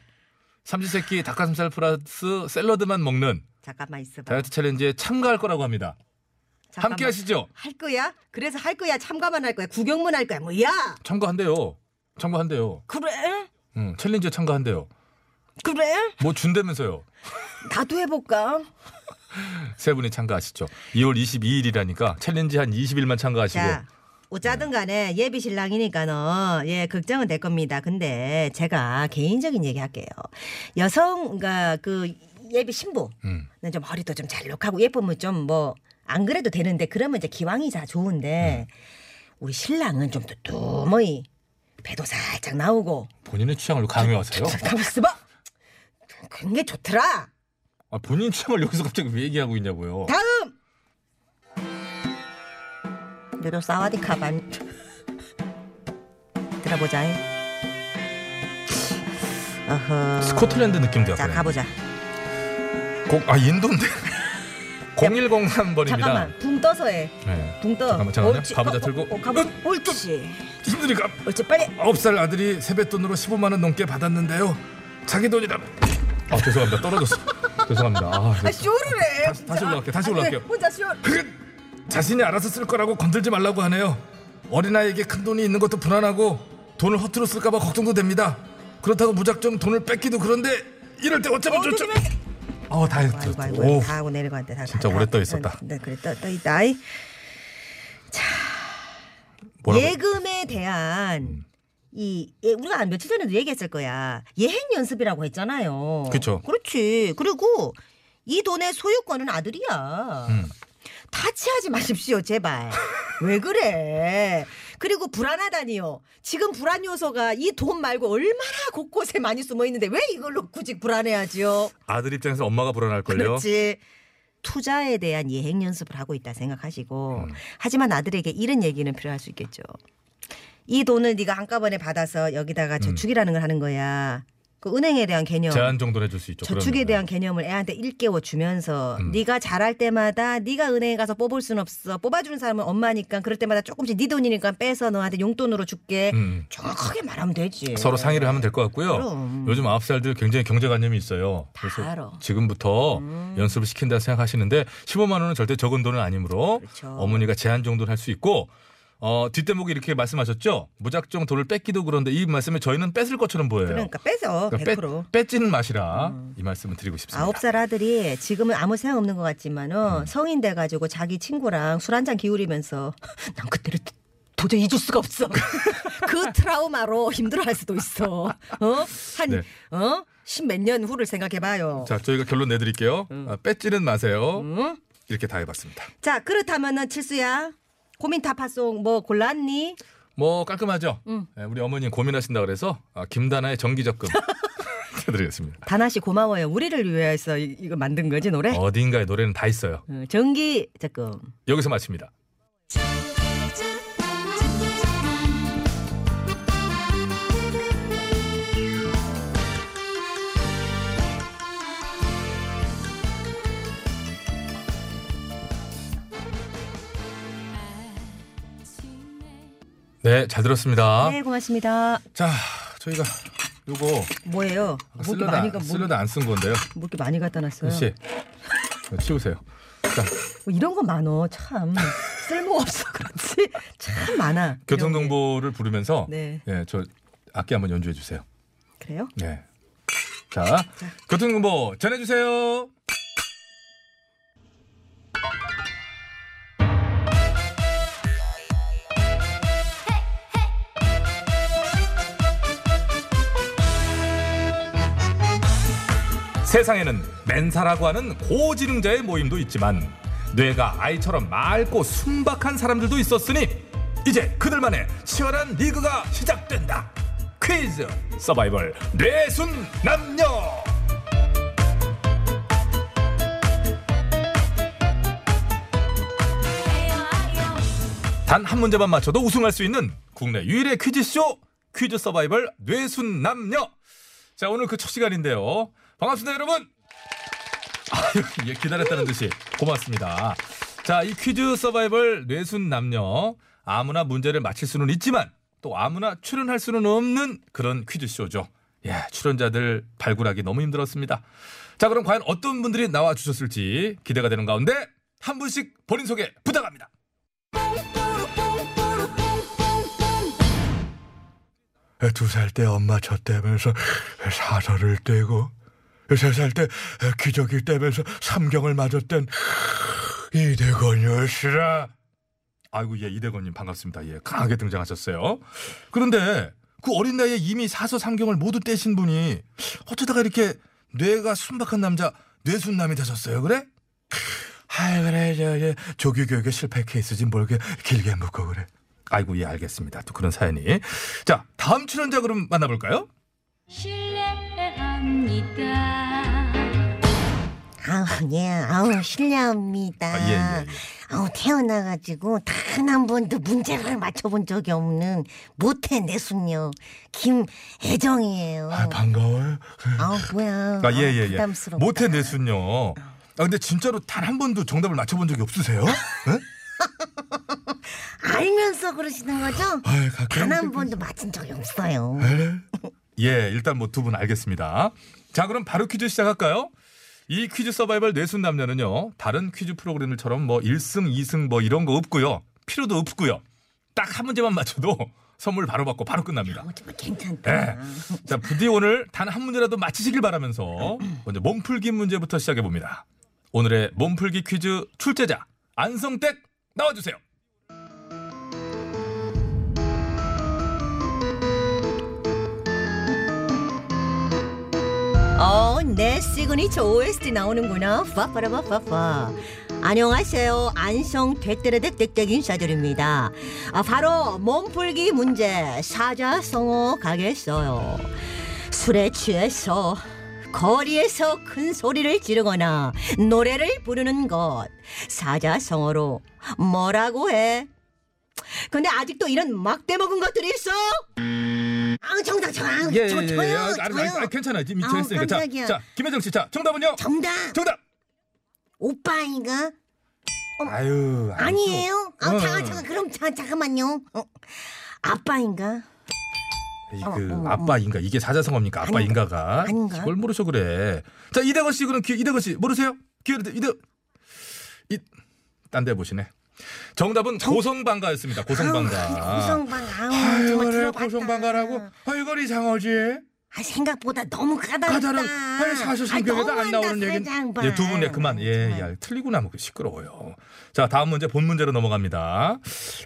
Speaker 1: 삼시세끼 닭가슴살 플러스 샐러드만 먹는
Speaker 6: 잠깐만 있어봐.
Speaker 1: 다이어트 챌린지에 참가할 거라고 합니다.
Speaker 6: 잠깐만.
Speaker 1: 함께 하시죠.
Speaker 6: 할 거야? 그래서 할 거야? 참가만 할 거야? 구경만 할 거야? 뭐야?
Speaker 1: 참가한대요. 참가한대요.
Speaker 6: 그래?
Speaker 1: 음, 챌린지에 참가한대요.
Speaker 6: 그래?
Speaker 1: 뭐 준다면서요.
Speaker 6: 나도 해볼까?
Speaker 1: 세 분이 참가하시죠. 2월 22일이라니까 챌린지 한 20일만 참가하시고
Speaker 6: 자, 어쩌든 간에 예비 신랑이니까는 예 걱정은 될 겁니다. 근데 제가 개인적인 얘기할게요. 여성 그러니까 그 예비 신부
Speaker 1: 음.
Speaker 6: 는좀 머리도 좀 잘록하고 예쁘면 좀 뭐 안 그래도 되는데 그러면 이제 기왕이자 좋은데
Speaker 1: 음,
Speaker 6: 우리 신랑은 좀 두툼이 배도 살짝 나오고
Speaker 1: 본인의 취향을 강요하세요.
Speaker 6: 가만 있어봐. 그게 좋더라.
Speaker 1: 아, 본인 취향을 여기서 갑자기 왜 얘기하고 있냐고요.
Speaker 6: 다음. 너도 사와디카 반 들어보자. 어허.
Speaker 1: 스코틀랜드 느낌도
Speaker 6: 자
Speaker 1: 약간.
Speaker 6: 가보자.
Speaker 1: 고- 아 인도인데. 0103번입니다.
Speaker 6: 잠깐만 붕 떠서 해.
Speaker 1: 네.
Speaker 6: 붕 떠.
Speaker 1: 잠깐만 잠깐만요.
Speaker 6: 옳지.
Speaker 1: 가보자
Speaker 6: 어,
Speaker 1: 들고.
Speaker 6: 어, 어, 가보. 옳지.
Speaker 1: 힘드니까
Speaker 6: 옳지 빨리.
Speaker 1: 9살 아들이 세뱃돈으로 15만 원 넘게 받았는데요. 자기 돈이라면. 아 죄송합니다. 떨어졌어. 죄송합니다. 아,
Speaker 6: 아 쇼를 해.
Speaker 1: 다시- 다시
Speaker 6: 진짜.
Speaker 1: 올라갈게요. 다시
Speaker 6: 아, 그래.
Speaker 1: 올라갈게요.
Speaker 6: 혼자 쇼.
Speaker 1: 자신이 알아서 쓸 거라고 건들지 말라고 하네요. 어린아이에게 큰 돈이 있는 것도 불안하고 돈을 허투루 쓸까 봐 걱정도 됩니다. 그렇다고 무작정 돈을 뺏기도 그런데 이럴 때 어쩌면 좋죠? 어, 다 했죠.
Speaker 6: 아이고 아이고
Speaker 1: 오,
Speaker 6: 다 하고 내려갔대. 다,
Speaker 1: 진짜
Speaker 6: 다,
Speaker 1: 오래
Speaker 6: 다.
Speaker 1: 떠 있었다.
Speaker 6: 네 그래 떠, 떠 있다. 아이.
Speaker 1: 뭐라고? 음.
Speaker 6: 예금에 대한 이 예, 우리가 며칠 전에도 얘기했을 거야. 예행 연습이라고 했잖아요.
Speaker 1: 그쵸.
Speaker 6: 그렇지. 그리고 이 돈의 소유권은 아들이야.
Speaker 1: 음.
Speaker 6: 타치하지 마십시오, 제발. 왜 그래? 그리고 불안하다니요. 지금 불안 요소가 이 돈 말고 얼마나 곳곳에 많이 숨어 있는데 왜 이걸로 굳이 불안해하지요?
Speaker 1: 아들 입장에서 엄마가 불안할 걸요.
Speaker 6: 그렇지. 투자에 대한 예행 연습을 하고 있다 생각하시고
Speaker 1: 음.
Speaker 6: 하지만 아들에게 이런 얘기는 필요할 수 있겠죠. 이 돈을 네가 한꺼번에 받아서
Speaker 1: 음.
Speaker 6: 여기다가 저축이라는 걸 하는 거야. 그 은행에 대한 개념.
Speaker 1: 제한 정도는 해줄 수 있죠. 네. 음.
Speaker 6: 저축에
Speaker 1: 그러면은.
Speaker 6: 대한 개념을 애한테 일깨워 주면서 네가 잘할 때마다 네가 은행에 가서 뽑을 순 없어. 뽑아주는 사람은 엄마니까 그럴 때마다 조금씩 네 돈이니까 빼서 너한테 용돈으로 줄게.
Speaker 1: 음.
Speaker 6: 정확하게 말하면 되지.
Speaker 1: 서로 상의를 하면 될 것 같고요.
Speaker 6: 예. 그럼.
Speaker 1: 요즘 9살들 굉장히 경제관념이 있어요.
Speaker 6: 다 알아.
Speaker 1: 지금부터
Speaker 6: 음.
Speaker 1: 연습을 시킨다 생각하시는데 15만 원은 절대 적은 돈은 아니므로
Speaker 6: 그렇죠.
Speaker 1: 어머니가 제한 정도는 할 수 있고 어, 뒷대목에 이렇게 말씀하셨죠? 무작정 돈을 뺏기도 그런데 이 말씀에 저희는 뺏을 것처럼 보여요.
Speaker 6: 그러니까 빼서
Speaker 1: 그러니까
Speaker 6: 100%.
Speaker 1: 뺏, 뺏지는 마시라
Speaker 6: 음.
Speaker 1: 이 말씀을 드리고 싶습니다. 음.
Speaker 6: 아홉 살 아들이 지금은 아무 생각 없는 것 같지만은 성인 돼 가지고 자기 친구랑 술 한 잔 기울이면서 난 그때를 도- 도저히 잊을 수가 없어. 그 트라우마로 힘들어할 수도 있어. 어? 한
Speaker 1: 네.
Speaker 6: 어? 십몇 년 후를 생각해봐요.
Speaker 1: 자, 저희가 결론 내드릴게요.
Speaker 6: 음.
Speaker 1: 아, 배지는 마세요.
Speaker 6: 응?
Speaker 1: 이렇게 다 해봤습니다.
Speaker 6: 자, 그렇다면은 칠수야 고민 타파송 뭐 골랐니?
Speaker 1: 뭐 깔끔하죠.
Speaker 6: 음.
Speaker 1: 예, 우리 어머님 고민하신다 그래서 아, 김다나의 정기 적금 해드리겠습니다.
Speaker 2: 다나 씨 고마워요. 우리를 위해서 이- 이거 만든 거지 노래.
Speaker 1: 어딘가에 노래는 다 있어요.
Speaker 2: 어, 전기 잠깐.
Speaker 1: 여기서 마칩니다. 네, 잘 들었습니다.
Speaker 2: 네 고맙습니다.
Speaker 1: 자, 저희가 요거
Speaker 2: 뭐예요? 뭐 이렇게
Speaker 1: 쓸려다
Speaker 2: 많이 가- 뭐,
Speaker 1: 쓸려다 안 쓴 건데요.
Speaker 2: 뭐 이렇게 많이 갖다 놨어요.
Speaker 1: 씨, 치우세요. 자,
Speaker 2: 뭐 이런 거 많어 참 쓸모 없어 그렇지 참 많아.
Speaker 1: 교통
Speaker 2: 이런 게.
Speaker 1: 정보를 부르면서
Speaker 2: 네.
Speaker 1: 예, 저 악기 한번 연주해 주세요.
Speaker 2: 그래요?
Speaker 1: 네. 자, 교통 정보 전해 주세요. 세상에는 멘사라고 하는 고지능자의 모임도 있지만 뇌가 아이처럼 맑고 순박한 사람들도 있었으니 이제 그들만의 치열한 리그가 시작된다. 퀴즈 서바이벌 뇌순 남녀 단 한 문제만 맞춰도 우승할 수 있는 국내 유일의 퀴즈쇼 퀴즈 서바이벌 뇌순 남녀 자 오늘 그 첫 시간인데요 반갑습니다 여러분 아유 예, 기다렸다는 듯이 고맙습니다 자 이 퀴즈 서바이벌 뇌순 남녀 아무나 문제를 맞힐 수는 있지만 또 아무나 출연할 수는 없는 그런 퀴즈쇼죠 예 출연자들 발굴하기 너무 힘들었습니다 자 그럼 과연 어떤 분들이 나와 주셨을지 기대가 되는 가운데 한 분씩 본인 소개 부탁합니다
Speaker 11: 두 살 때 엄마 저 때면서 사서를 떼고 세 살 때 기저귀 떼면서 삼경을 맞았던 이대건이었으라
Speaker 1: 아이고 예 이대건님 반갑습니다. 예 강하게 등장하셨어요. 그런데 그 어린 나이에 이미 사서 삼경을 모두 떼신 분이 어쩌다가 이렇게 뇌가 순박한 남자 뇌순남이 되셨어요. 그래?
Speaker 11: 아이 그래 저, 저 조기 교육에 실패 케이스진 뭘게 길게 묶어 그래
Speaker 1: 아이고 예 알겠습니다. 또 그런 사연이 자 다음 출연자 그럼 만나볼까요?
Speaker 7: 실례합니다.
Speaker 6: 아우 예, 아우 실례합니다.
Speaker 1: 아, 예, 예, 예.
Speaker 6: 아우 태어나가지고 단 한 번도 문제를 맞춰본 적이 없는 모태 내수녀 김애정이에요.
Speaker 11: 아 반가워요
Speaker 6: 아우 뭐야?
Speaker 1: 아, 예,
Speaker 6: 아우,
Speaker 1: 예, 예.
Speaker 6: 어. 부담스럽다.
Speaker 1: 모태 내순요. 아 근데 진짜로 단 한 번도 정답을 맞춰본 적이 없으세요?
Speaker 6: 알면서 그러시는 거죠?
Speaker 11: 아이 가끔
Speaker 6: 단 한 번도 맞은 적이 없어요.
Speaker 1: 예, 일단 뭐 두 분 알겠습니다. 자, 그럼 바로 퀴즈 시작할까요? 이 퀴즈 서바이벌 뇌순 남녀는요. 다른 퀴즈 프로그램들처럼 뭐 1승, 2승 뭐 이런 거 없고요. 필요도 없고요. 딱 한 문제만 맞춰도 선물 바로 받고 바로 끝납니다.
Speaker 6: 어, 정말 괜찮다.
Speaker 1: 예. 자, 부디 오늘 단 한 문제라도 맞히시길 바라면서 먼저 몸풀기 문제부터 시작해 봅니다. 오늘의 몸풀기 퀴즈 출제자 안성댁 나와 주세요.
Speaker 6: 어, 내 시그니처 OST 나오는구나. 빠빠라빠빠빠. 안녕하세요. 안성 되뜨레데 땡땡 인사드립니다. 아, 바로 몸풀기 문제 사자성어 가겠어요. 술에 취해서 거리에서 큰 소리를 지르거나 노래를 부르는 것 사자성어로 뭐라고 해? 근데 아직도 이런 막대 먹은 것들이 있어? 아, 정답 저요.
Speaker 1: 예,
Speaker 6: 저,
Speaker 1: 예,
Speaker 6: 저요.
Speaker 1: 예. 아, 아,
Speaker 6: 저요.
Speaker 1: 아, 괜찮아요. 지금
Speaker 6: 아우,
Speaker 1: 미쳐했으니까. 자,
Speaker 6: 깜짝이야.
Speaker 1: 자, 김혜정 씨. 자, 정답은요?
Speaker 6: 정답.
Speaker 1: 정답.
Speaker 6: 오빠인가?
Speaker 1: 아유, 아유.
Speaker 6: 아니에요? 아,
Speaker 1: 아, 어.
Speaker 6: 잠깐, 잠깐, 그럼 자, 잠깐만요. 어, 아빠인가?
Speaker 1: 이
Speaker 6: 어,
Speaker 1: 그
Speaker 6: 어, 어.
Speaker 1: 아빠인가 이게 사자성어입니까 아빠인가가
Speaker 6: 아닌가?
Speaker 1: 그걸 모르셔 그래 자 이대건 씨 그럼 기- 이대건 씨 모르세요 기회를 드- 이대 이딴 데 보시네 정답은 고성방가였습니다 고성방가
Speaker 6: 아우, 고성방, 아우,
Speaker 11: 아이고
Speaker 6: 정말
Speaker 11: 그래
Speaker 6: 들어봤다.
Speaker 11: 고성방가라고 아이고 이상하지
Speaker 6: 아, 생각보다 너무 까다롭다.
Speaker 11: 까다롭- 아니, 사실 성격에도 안 나오는 얘긴-
Speaker 1: 예, 두 분의 그만 예, 예 틀리구나 뭐 시끄러워요 자 다음 문제 본 문제로 넘어갑니다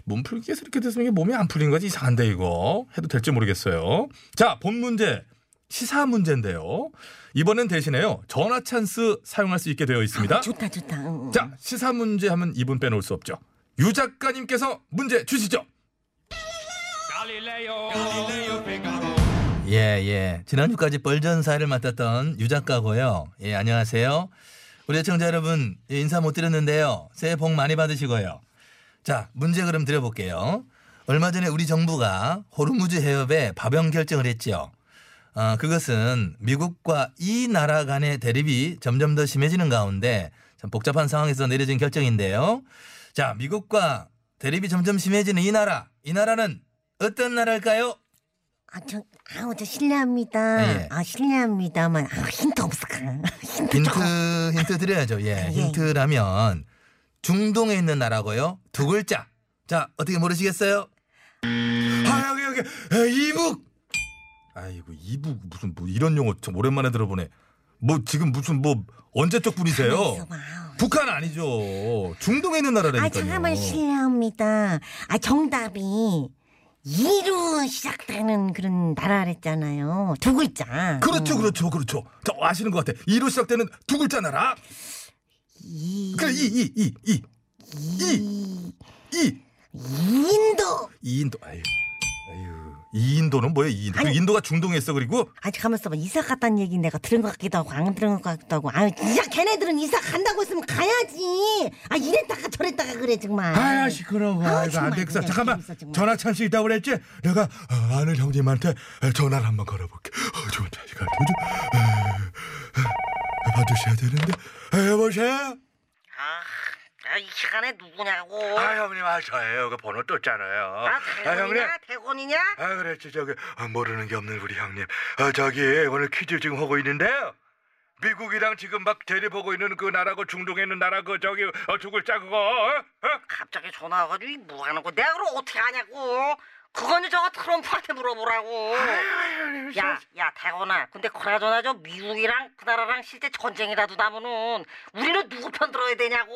Speaker 1: 몸풀기에서 이렇게 됐으면 이게 몸이 안 풀린 거지 이상한데 이거 해도 될지 모르겠어요 자 본 문제 시사 문제인데요. 이번엔 대신에요. 전화 찬스 사용할 수 있게 되어 있습니다.
Speaker 6: 아, 좋다 좋다. 응, 응.
Speaker 1: 자, 시사 문제 하면 이분 빼놓을 수 없죠. 유 작가님께서 문제 주시죠.
Speaker 12: 예, 예. 지난주까지 벌전사를 맡았던 유 작가고요. 예, 안녕하세요. 우리 애청자 여러분, 예, 인사 못 드렸는데요. 새해 복 많이 받으시고요. 자, 문제 그럼 드려볼게요. 얼마 전에 우리 정부가 호르무즈 해협에 파병 결정을 했죠. 어, 그것은 미국과 이 나라 간의 대립이 점점 더 심해지는 가운데 참 복잡한 상황에서 내려진 결정인데요. 자, 미국과 대립이 점점 심해지는 이 나라, 이 나라는 어떤 나라일까요?
Speaker 6: 아, 저, 아우, 저 실례합니다.
Speaker 12: 예.
Speaker 6: 아, 실례합니다만, 아, 힌트 없을까? 힌트,
Speaker 12: 힌트
Speaker 6: 조금.
Speaker 12: 힌트 드려야죠. 예,
Speaker 6: 예.
Speaker 12: 힌트라면 중동에 있는 나라고요. 두 글자. 자, 어떻게 모르시겠어요?
Speaker 6: 네.
Speaker 12: 아, 여기 여기 에, 이북.
Speaker 1: 아이고 이북 무슨 뭐 이런 용어 참 오랜만에 들어보네. 뭐 지금 무슨 뭐 언제적 분이세요? 북한 아니죠. 중동에 있는 나라라니까요.
Speaker 6: 아, 잠깐만, 실례합니다. 아, 정답이, 이로 시작되는 그런 나라랬잖아요. 두 글자. 음.
Speaker 1: 그렇죠, 그렇죠, 그렇죠. 저 아시는 것 같아. 이로 시작되는 두 글자 나라. 그래 이 이 이 이 이 이
Speaker 6: 인도!
Speaker 1: 이인도. 아유, 아유. 이인도는 뭐야 이인도? 그 인도가 중동에 있어 그리고
Speaker 6: 아, 잠깐만 써봐. 이사 갔다는 얘기 내가 들은 것 같기도 하고, 안 들은 것 같기도 하고. 아, 진짜 걔네들은 이사 간다고 했으면 가야지. 아, 이랬다가 저랬다가 그래, 정말.
Speaker 13: 아야 시끄러워.
Speaker 6: 아,
Speaker 13: 이거
Speaker 6: 정말,
Speaker 13: 안 되겠어.
Speaker 6: 정말
Speaker 13: 잠깐만
Speaker 6: 재밌어, 정말.
Speaker 13: 전화 찬스 있다고 그랬지? 내가 어, 아는 형님한테 전화를 한번 걸어볼게. 어, 좋은 자식 아주 받으셔야 되는데 에, 여보세요?
Speaker 6: 아, 이 시간에 누구냐고.
Speaker 13: 아 형님 아 저예요. 그 번호 떴잖아요.
Speaker 6: 아, 대곤이냐? 대곤이냐?
Speaker 13: 아 그랬지 저기 아, 모르는 게 없는 우리 형님. 아, 저기 오늘 퀴즈 지금 하고 있는데요. 미국이랑 지금 막 대립하고 있는 그 나라고 중동에 있는 나라 그 저기 어, 두 글자 그거. 어? 어?
Speaker 6: 갑자기 전화 와가지고 뭐 하는 거 내가 그럼 어떻게 하냐고. 그거는 저거 트럼프한테 물어보라고. 야, 야, 대건아. 근데 그나저나 저 미국이랑 그 나라랑 실제 전쟁이라도 나면은 우리는 누구 편 들어야 되냐고.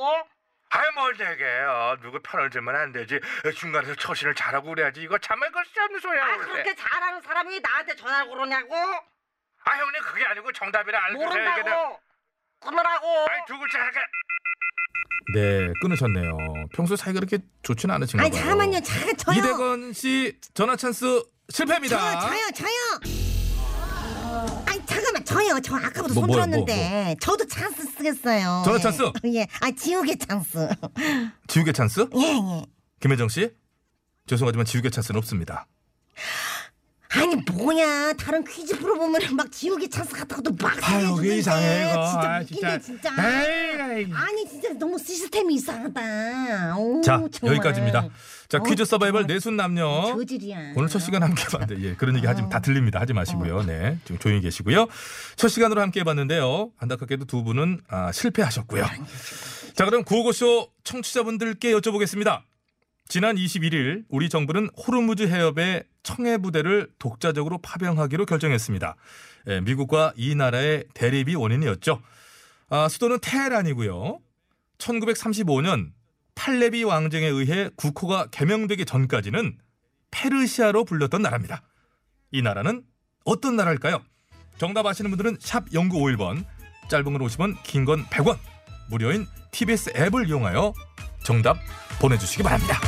Speaker 13: 아이 뭘 되게요. 누구 편을 들면 안 되지. 중간에서 처신을 잘하고 그래야지. 이거 참말 그 쓸데없는 소리야.
Speaker 6: 아
Speaker 13: 그래.
Speaker 1: 네.
Speaker 6: 그렇게 잘하는 사람이 나한테 전화를 걸으냐고
Speaker 13: 아 형님 그게 아니고 정답이라 알고
Speaker 6: 모른다고 끊으라고
Speaker 13: 아이 두 글자 할게.
Speaker 1: 네 끊으셨네요. 평소 사이가 그렇게 좋지는 않으신가 봐요.
Speaker 6: 아니 잠깐만요 자, 저요
Speaker 1: 이대건 씨 전화 찬스 실패입니다.
Speaker 6: 저요 저요 저요 아니 잠깐만 저요 저 아까부터
Speaker 1: 뭐,
Speaker 6: 손
Speaker 1: 뭐요,
Speaker 6: 들었는데 저도 찬스 쓰겠어요
Speaker 1: 전화
Speaker 6: 예.
Speaker 1: 찬스.
Speaker 6: 예, 아 지옥의 찬스
Speaker 1: 지우개 찬스?
Speaker 6: 예예
Speaker 1: 김혜정 씨 죄송하지만 지우개 찬스는 없습니다.
Speaker 6: 아니 뭐냐 다른 퀴즈 풀어보면 막 지옥의 찬스 같다고도 막
Speaker 13: 아유,
Speaker 6: 소개해주는데
Speaker 13: 이게 이상해, 이거.
Speaker 6: 진짜
Speaker 13: 아,
Speaker 6: 웃긴데
Speaker 13: 진짜.
Speaker 6: 진짜,
Speaker 13: 에이, 아이.
Speaker 6: 아니 진짜 너무 시스템이 이상하다 오,
Speaker 1: 자
Speaker 6: 정말.
Speaker 1: 여기까지입니다. 자
Speaker 6: 어,
Speaker 1: 퀴즈 서바이벌 내순 남녀
Speaker 6: 저질이야 아.
Speaker 1: 오늘 첫 시간 함께 봤는데 예, 그런 얘기 하지 다 들립니다. 하지
Speaker 6: 어.
Speaker 1: 마시고요. 네 지금 조용히 계시고요. 첫 시간으로 함께 해봤는데요. 안타깝게도 두 분은 아, 실패하셨고요. 자 그럼 구호고쇼 청취자분들께 여쭤보겠습니다. 지난 21일 우리 정부는 호르무즈 해협에 청해 부대를 독자적으로 파병하기로 결정했습니다. 예, 미국과 이 나라의 대립이 원인이었죠. 아, 수도는 테헤란이고요. 1935년 팔레비 왕쟁에 의해 국호가 개명되기 전까지는 페르시아로 불렸던 나라입니다. 이 나라는 어떤 나라일까요? 정답 아시는 분들은 샵 0951번, 짧은 건 50원, 긴 건 100원, 무료인 TBS 앱을 이용하여 정답 보내주시기 바랍니다.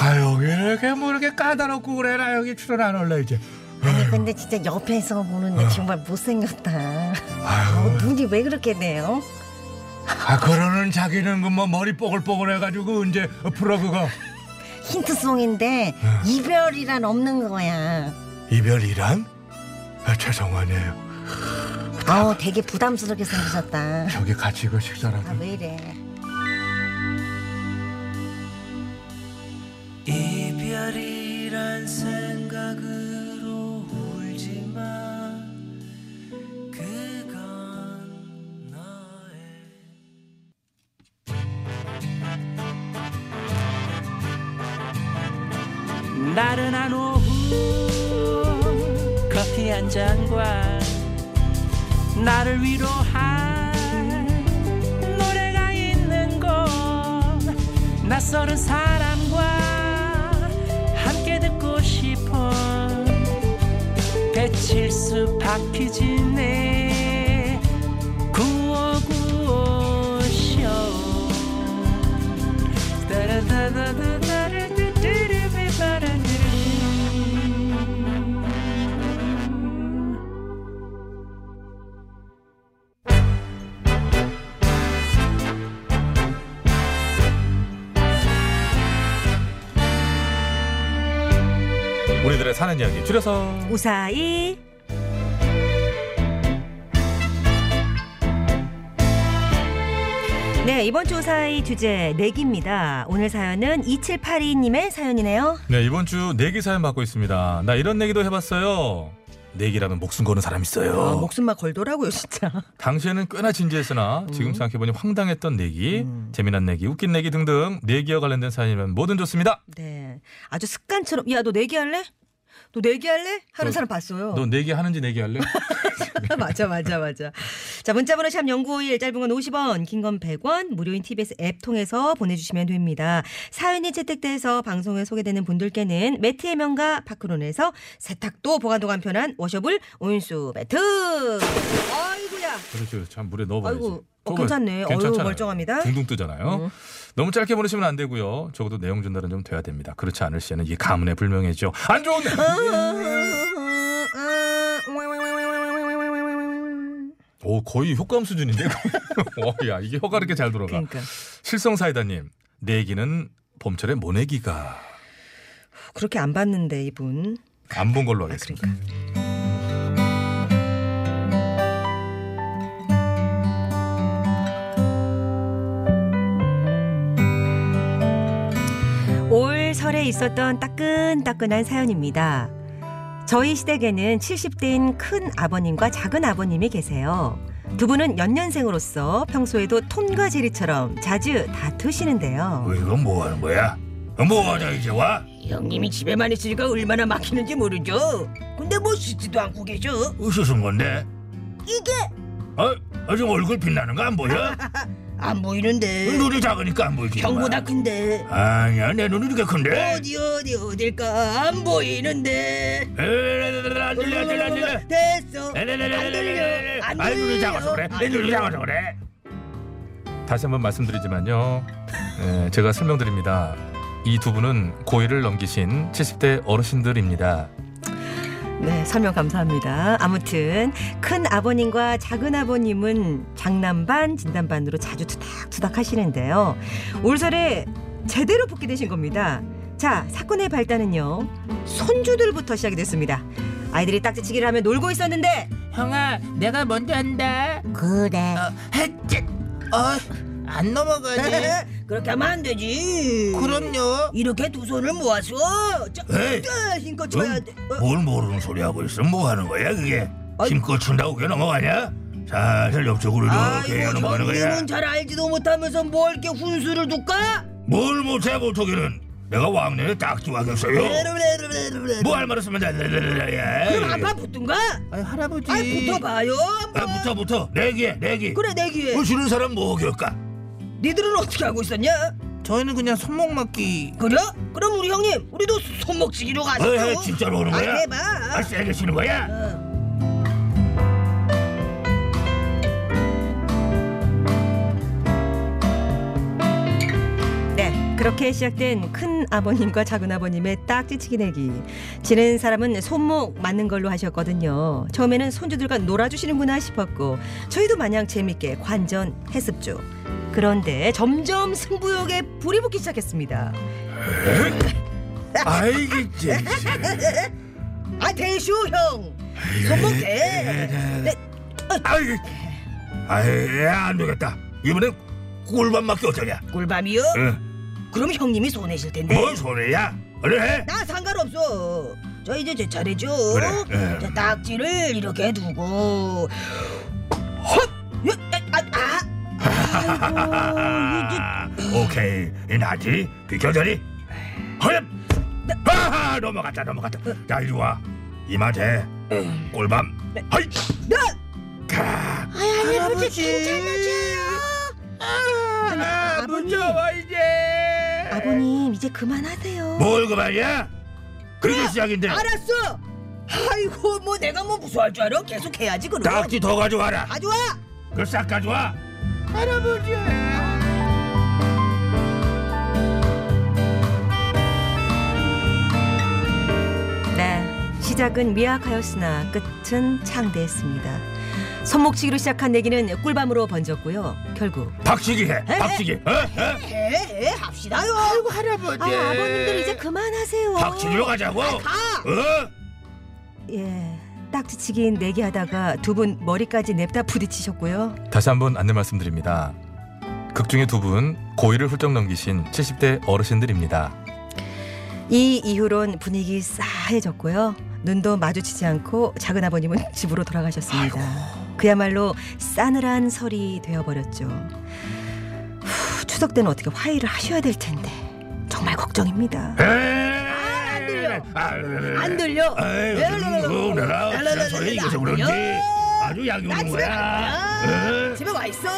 Speaker 13: 아 여기 이렇게 뭐 이렇게 까다롭고 그래라 여기 출연 안 올라 이제.
Speaker 6: 아니 네, 근데 진짜 옆에서 보는 데 정말 못생겼다.
Speaker 13: 아유.
Speaker 6: 어, 눈이 왜 그렇게 돼요?
Speaker 13: 아 그러는 자기는 그 뭐 머리 뽀글뽀글 해가지고 언제 풀어 그거 네.
Speaker 6: 힌트송인데 이별이란 없는 거야. 어,
Speaker 13: 이별이란? 아, 죄송하네요.
Speaker 6: 아우 되게 부담스럽게 생기셨다.
Speaker 13: 저기 같이 그 식사라도.
Speaker 6: 아 왜 이래?
Speaker 9: 이별이란 생각으로 울지만 그건 너의
Speaker 14: 나른한 오후 커피 한 잔과 나를 위로할 낯설은 사람과 함께 듣고 싶어 배칠수 박희진의 구호구쇼
Speaker 1: 우리들의 사는 이야기 줄여서
Speaker 2: 우사히 네, 이번 주 우사히 주제 내기입니다. 오늘 사연은 2782님의 사연이네요.
Speaker 1: 네 이번 주 내기 사연 받고 있습니다. 나 이런 내기도 해봤어요. 내기라면 목숨 거는 사람 있어요.
Speaker 2: 아, 목숨만 걸더라고요, 진짜.
Speaker 1: 당시에는 꽤나 진지했으나 지금
Speaker 2: 음.
Speaker 1: 생각해보니 황당했던 내기, 재미난 내기, 웃긴 내기 등등 내기와 관련된 사연이면 뭐든 좋습니다.
Speaker 2: 네. 아주 습관처럼 야, 너 내기할래? 너 내기할래? 하는
Speaker 1: 너-
Speaker 2: 사람 봤어요.
Speaker 1: 너 내기 하는지 내기할래?
Speaker 2: 맞아 맞아 맞아. 자 문자번호 샵 #0951 짧은 건 50원, 긴 건 100원, 무료인 TBS 앱 통해서 보내주시면 됩니다. 사연이 채택돼서 방송에 소개되는 분들께는 매트의 명가 파크론에서 세탁도 보관도 간편한 워셔블 온수 매트. 어? 아이고야.
Speaker 1: 그렇죠. 참 물에 넣어봐야지.
Speaker 2: 아이고, 어,
Speaker 1: 그거
Speaker 2: 괜찮네. 어유,
Speaker 1: 괜찮잖아요.
Speaker 2: 멀쩡합니다. 음.
Speaker 1: 둥둥 뜨잖아요. 너무 짧게 보내시면 안 되고요. 적어도 내용 전달은 좀 돼야 됩니다. 그렇지 않을 시에는 이게 가문의 불명예죠. 안 좋은 내-
Speaker 6: 어,
Speaker 2: 음.
Speaker 6: 어.
Speaker 1: 오 거의 효과음 수준인데. 어, 야 이게 효과 이렇게 잘 들어가.
Speaker 2: 그러니까
Speaker 1: 실성 사이다님 내기는 봄철에 모내기가
Speaker 2: 그렇게 안 봤는데 이분.
Speaker 1: 안 본
Speaker 2: 아,
Speaker 1: 걸로
Speaker 2: 그러니까.
Speaker 1: 하겠습니다.
Speaker 2: 올 설에 있었던 따끈따끈한 사연입니다. 저희 시댁에는 70대인 큰 아버님과 작은 아버님이 계세요. 두 분은 연년생으로서 평소에도 톰과 제리처럼 자주 다투시는데요.
Speaker 15: 이건 뭐 하는 거야? 뭐 하자 이제 와?
Speaker 4: 형님이 집에만 있으니까 얼마나 막히는지 모르죠. 근데 뭐 쉬지도 않고 계셔.
Speaker 15: 으스슨 건데?
Speaker 4: 이게
Speaker 15: 어? 아직 얼굴 빛나는 거 안 보여?
Speaker 4: 안 보이는데.
Speaker 15: 눈이 작으니까 안 보이지.
Speaker 4: 형보다 큰데.
Speaker 15: 아니야 내 눈이 이렇게 큰데.
Speaker 4: 어디 어디 어딜까 안 보이는데.
Speaker 15: 안 들려 안 들려 안 들려.
Speaker 4: 됐어. 안
Speaker 15: 에레레레레레레.
Speaker 4: 들려. 안 들려.
Speaker 15: 아이 눈이 작아서 그래. 내 눈이 작아서 그래.
Speaker 1: 다시 한번 말씀드리지만요. 예, 제가 설명드립니다. 이 두 분은 고의를 넘기신 70대 어르신들입니다.
Speaker 2: 네, 설명 감사합니다. 아무튼 큰 아버님과 작은 아버님은 장난반, 진단반으로 자주 투닥투닥 하시는데요. 올 설에 제대로 복귀 되신 겁니다. 자, 사건의 발단은요. 손주들부터 시작이 됐습니다. 아이들이 딱지치기를 하며 놀고 있었는데
Speaker 15: 형아 내가 먼저 한다. 어,
Speaker 4: 그래.
Speaker 15: 햇짓. 어안 넘어가지.
Speaker 4: 그렇게 하면 안 되지.
Speaker 15: 그럼요.
Speaker 4: 이렇게 두 손을 모아서 자,
Speaker 15: 에이.
Speaker 4: 자, 힘껏 쳐야 돼. 어,
Speaker 15: 뭘 모르는 소리 하고 있어? 뭐 하는 거야 그게? 힘껏 춘다고 그게 넘어가냐? 살살 옆쪽으로 이렇게
Speaker 4: 아이고
Speaker 15: 넘어가는 거야.
Speaker 4: 형님은 잘 알지도 못하면서 뭘 이렇게 훈수를 둘까?
Speaker 15: 뭘 못해 보토기는 내가 왕년에 딱지 와겠어요. 뭐 할 말 있으면 다
Speaker 4: 그럼
Speaker 15: 그럼
Speaker 4: 아빠 붙든가?
Speaker 15: 아이 할아버지.
Speaker 4: 아 붙어봐요.
Speaker 15: 아 붙어 붙어 내기해 내기.
Speaker 4: 그래 내 기회.
Speaker 15: 부시는 사람 뭐 겨울까?
Speaker 4: 니들은 어떻게 하고 있었냐?
Speaker 15: 저희는 그냥 손목 맞기.
Speaker 4: 그래? 그럼 우리 형님 우리도 손목치기로 가자.
Speaker 15: 에헤, 어, 진짜로 오는 거야?
Speaker 4: 아, 해봐.
Speaker 15: 아 세게 치는 거야?
Speaker 4: 어.
Speaker 2: 네, 그렇게 시작된 큰 아버님과 작은 아버님의 딱지치기 내기. 지는 사람은 손목 맞는 걸로 하셨거든요. 처음에는 손주들과 놀아주시는구나 싶었고 저희도 마냥 재밌게 관전했습죠. 그런데 점점 승부욕에 불이 붙기 시작했습니다.
Speaker 9: 哎
Speaker 15: 아이겠지. 예.
Speaker 4: 아 대슈 형. 손목 대. 네.
Speaker 15: 아이. 예. 아이 안 되겠다. 이번엔 꿀밤 맞기 어쩌냐? 뭐,
Speaker 4: 꿀밤이요?
Speaker 15: 응.
Speaker 4: 그럼 형님이 손해실
Speaker 6: 네.
Speaker 4: 텐데.
Speaker 15: 뭔 소리야? 얼른 해.
Speaker 4: 나 상관없어. 저 이제 제 차례죠.
Speaker 15: 그래, 예.
Speaker 4: 저 딱지를 이렇게 두고. 헛! 예, 아, 아, 아. 아이고,
Speaker 15: 하하하하. 오케이 이 나지 비켜자리 허엽 아하 넘어갔다 넘어갔다 자 이리 와 이마 대 꿀밤 하이
Speaker 4: 네.
Speaker 15: 가
Speaker 4: 이거. 할아버지 괜찮으세요?
Speaker 15: 아버지 와 이제
Speaker 6: 아버님 이제 그만하세요.
Speaker 13: 뭘 그만이야? 그게 시작인데.
Speaker 6: 네, 알았어. 아이고 뭐 내가 뭐 무서워할 줄 알아? 계속 해야지 그럼.
Speaker 13: 낙지 더 가져와라.
Speaker 6: 가져와.
Speaker 13: 그걸 싹 가져와.
Speaker 6: 할아버지.
Speaker 2: 네, 시작은 미약하였으나 끝은 창대했습니다. 손목치기로 시작한 내기는 꿀밤으로 번졌고요. 결국
Speaker 13: 박치기 해.
Speaker 6: 네.
Speaker 2: 에?
Speaker 13: 박치기. 어? 어?
Speaker 6: 에, 에 합시다요.
Speaker 2: 아이고,
Speaker 6: 할아버지.
Speaker 2: 아, 아버님들 이제 그만하세요. 아,
Speaker 13: 박치기로 가자고. 어?
Speaker 2: 예, 딱지치기 내기하다가 두 분 머리까지 냅다 부딪히셨고요.
Speaker 1: 다시 한번 안내 말씀드립니다. 극중의 두 분 고의를 훌쩍 넘기신 70대 어르신들입니다.
Speaker 2: 이 이후론 분위기 싸해졌고요. 눈도 마주치지 않고 작은 아버님은 집으로 돌아가셨습니다. 그야말로 싸늘한 설이 되어버렸죠. 후, 추석 때는 어떻게 화해를 하셔야 될 텐데 정말 걱정입니다.
Speaker 13: 안 들려.
Speaker 6: 네.
Speaker 13: 네,
Speaker 6: 안 들려. 네,
Speaker 13: 에이, 그리고 어, 내가 지난 소리 이겨서 그런지 아주 약이
Speaker 6: 나
Speaker 13: 오는
Speaker 6: 집에 갈
Speaker 13: 거야.
Speaker 6: 거야. 네. 집에 와 있어.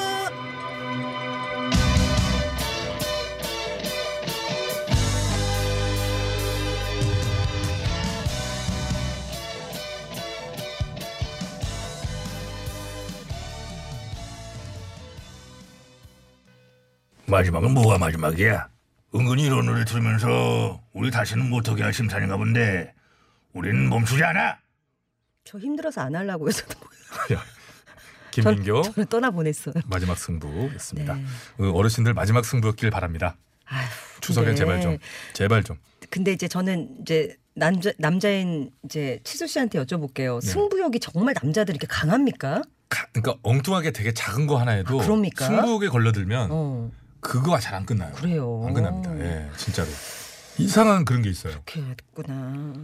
Speaker 13: 마지막은 뭐가 마지막이야? 은근히 이런 노래 들으면서 우리 다시는 못하게 할 심산인가 본데 우리는 멈추지 않아.
Speaker 2: 저 힘들어서 안 하려고 해서
Speaker 1: 김민교
Speaker 2: 저는 떠나 보냈어요.
Speaker 1: 마지막 승부였습니다.
Speaker 2: 네.
Speaker 1: 어, 어르신들 마지막 승부였길 바랍니다. 추석엔
Speaker 2: 근데-
Speaker 1: 제발 좀 제발 좀
Speaker 2: 근데 이제 저는 이제 남자 남자인 이제 치수 씨한테 여쭤볼게요.
Speaker 1: 네.
Speaker 2: 승부욕이 정말 남자들 이렇게 강합니까?
Speaker 1: 가- 그러니까 엉뚱하게 되게 작은 거 하나에도
Speaker 2: 아, 그럽니까? 어?
Speaker 1: 승부욕에 걸려들면 그거가 잘 안 끝나요.
Speaker 2: 그래요.
Speaker 1: 안 끝납니다. 예, 진짜로 이상한 그런 게 있어요.
Speaker 2: 그렇구나.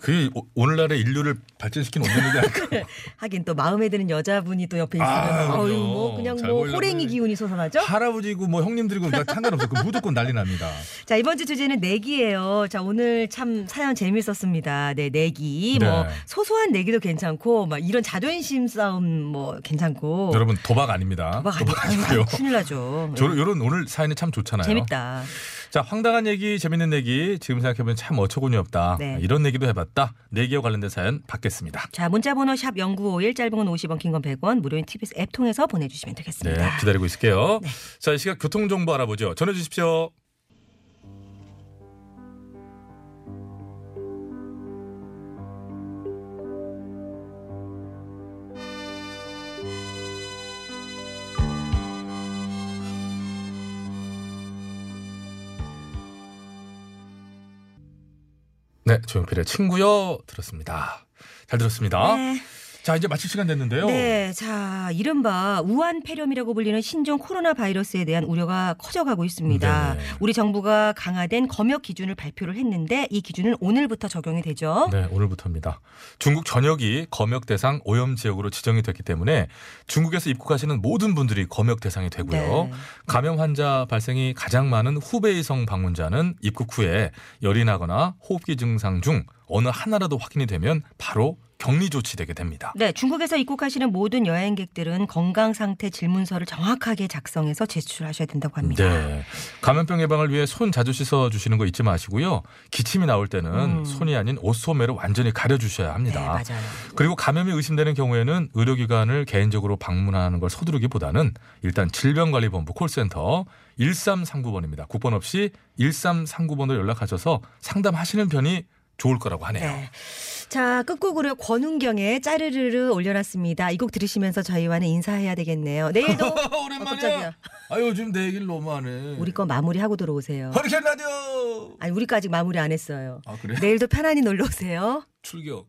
Speaker 1: 그게 오- 오늘날의 인류를 발전시킨 원동력이 아닐까.
Speaker 2: 하긴 또 마음에 드는 여자분이 또 옆에 있으면
Speaker 1: 네, 아,
Speaker 2: 어유
Speaker 1: 그럼요.
Speaker 2: 뭐 그냥
Speaker 1: 잘
Speaker 2: 뭐
Speaker 1: 보이려고
Speaker 2: 호랭이 기운이 솟아나죠.
Speaker 1: 할아버지고 뭐 형님들이고 나 상관없어. 그 무조건 난리 납니다.
Speaker 2: 자 이번 주 주제는 내기예요. 자 오늘 참 사연 재밌었습니다. 네 내기
Speaker 1: 네.
Speaker 2: 뭐 소소한 내기도 괜찮고 막 이런 자존심 싸움 뭐 괜찮고
Speaker 1: 여러분 도박 아닙니다.
Speaker 2: 도박 아니고요. 큰일 나죠. 예.
Speaker 1: 저 이런 오늘 사연이 참 좋잖아요.
Speaker 2: 재밌다.
Speaker 1: 자 황당한 얘기 재밌는 얘기 지금 생각해보면 참 어처구니 없다.
Speaker 2: 네.
Speaker 1: 이런 얘기도 해봤다. 내기와 관련된 사연 받겠습니다.
Speaker 2: 자 문자번호 샵 #0951 짧은 건 50원, 긴 건 100원 무료인 TBS 앱 통해서 보내주시면
Speaker 1: 네
Speaker 2: 되겠습니다. 네.
Speaker 1: 기다리고 있을게요. 자 이 시각 교통 정보 알아보죠. 전해주십시오. 네 조용필의 친구요 들었습니다. 잘 들었습니다.
Speaker 2: 네.
Speaker 1: 자 이제 마칠 시간 됐는데요.
Speaker 2: 네, 자 이른바 우한 폐렴이라고 불리는 신종 코로나 바이러스에 대한 우려가 커져가고 있습니다. 우리 정부가 강화된 검역 기준을 발표를 했는데 이 기준은 오늘부터 적용이 되죠.
Speaker 1: 네, 오늘부터입니다. 중국 전역이 검역 대상 오염 지역으로 지정이 됐기 때문에 중국에서 입국하시는 모든 분들이 검역 대상이 되고요.
Speaker 2: 네.
Speaker 1: 감염 환자 발생이 가장 많은 후베이성 방문자는 입국 후에 열이 나거나 호흡기 증상 중 어느 하나라도 확인이 되면 바로 격리 조치되게 됩니다.
Speaker 2: 네, 중국에서 입국하시는 모든 여행객들은 건강 상태 질문서를 정확하게 작성해서 제출하셔야 된다고 합니다.
Speaker 1: 네. 감염병 예방을 위해 손 자주 씻어 주시는 거 잊지 마시고요. 기침이 나올 때는 손이 아닌 옷 소매로 완전히 가려 주셔야 합니다.
Speaker 2: 음. 네, 맞아요.
Speaker 1: 그리고 감염이 의심되는 경우에는 의료기관을 개인적으로 방문하는 걸 서두르기보다는 일단 질병관리본부 콜센터 1339번입니다. 국번 없이 1339번으로 연락하셔서 상담하시는 편이 좋을 거라고 하네요.
Speaker 2: 자, 끝곡으로 권은경의 짜르르르 올려놨습니다. 이 곡 들으시면서 저희와는 인사해야 되겠네요. 내일도 오랜만이야.
Speaker 3: 아 요즘 내 얘기를 너무 하네.
Speaker 2: 우리 거 마무리하고 들어오세요.
Speaker 3: 허리케인 라디오
Speaker 2: 아니 우리까지 마무리 안 했어요.
Speaker 3: 아, 그래요?
Speaker 2: 내일도 편안히 놀러 오세요.
Speaker 3: 출격.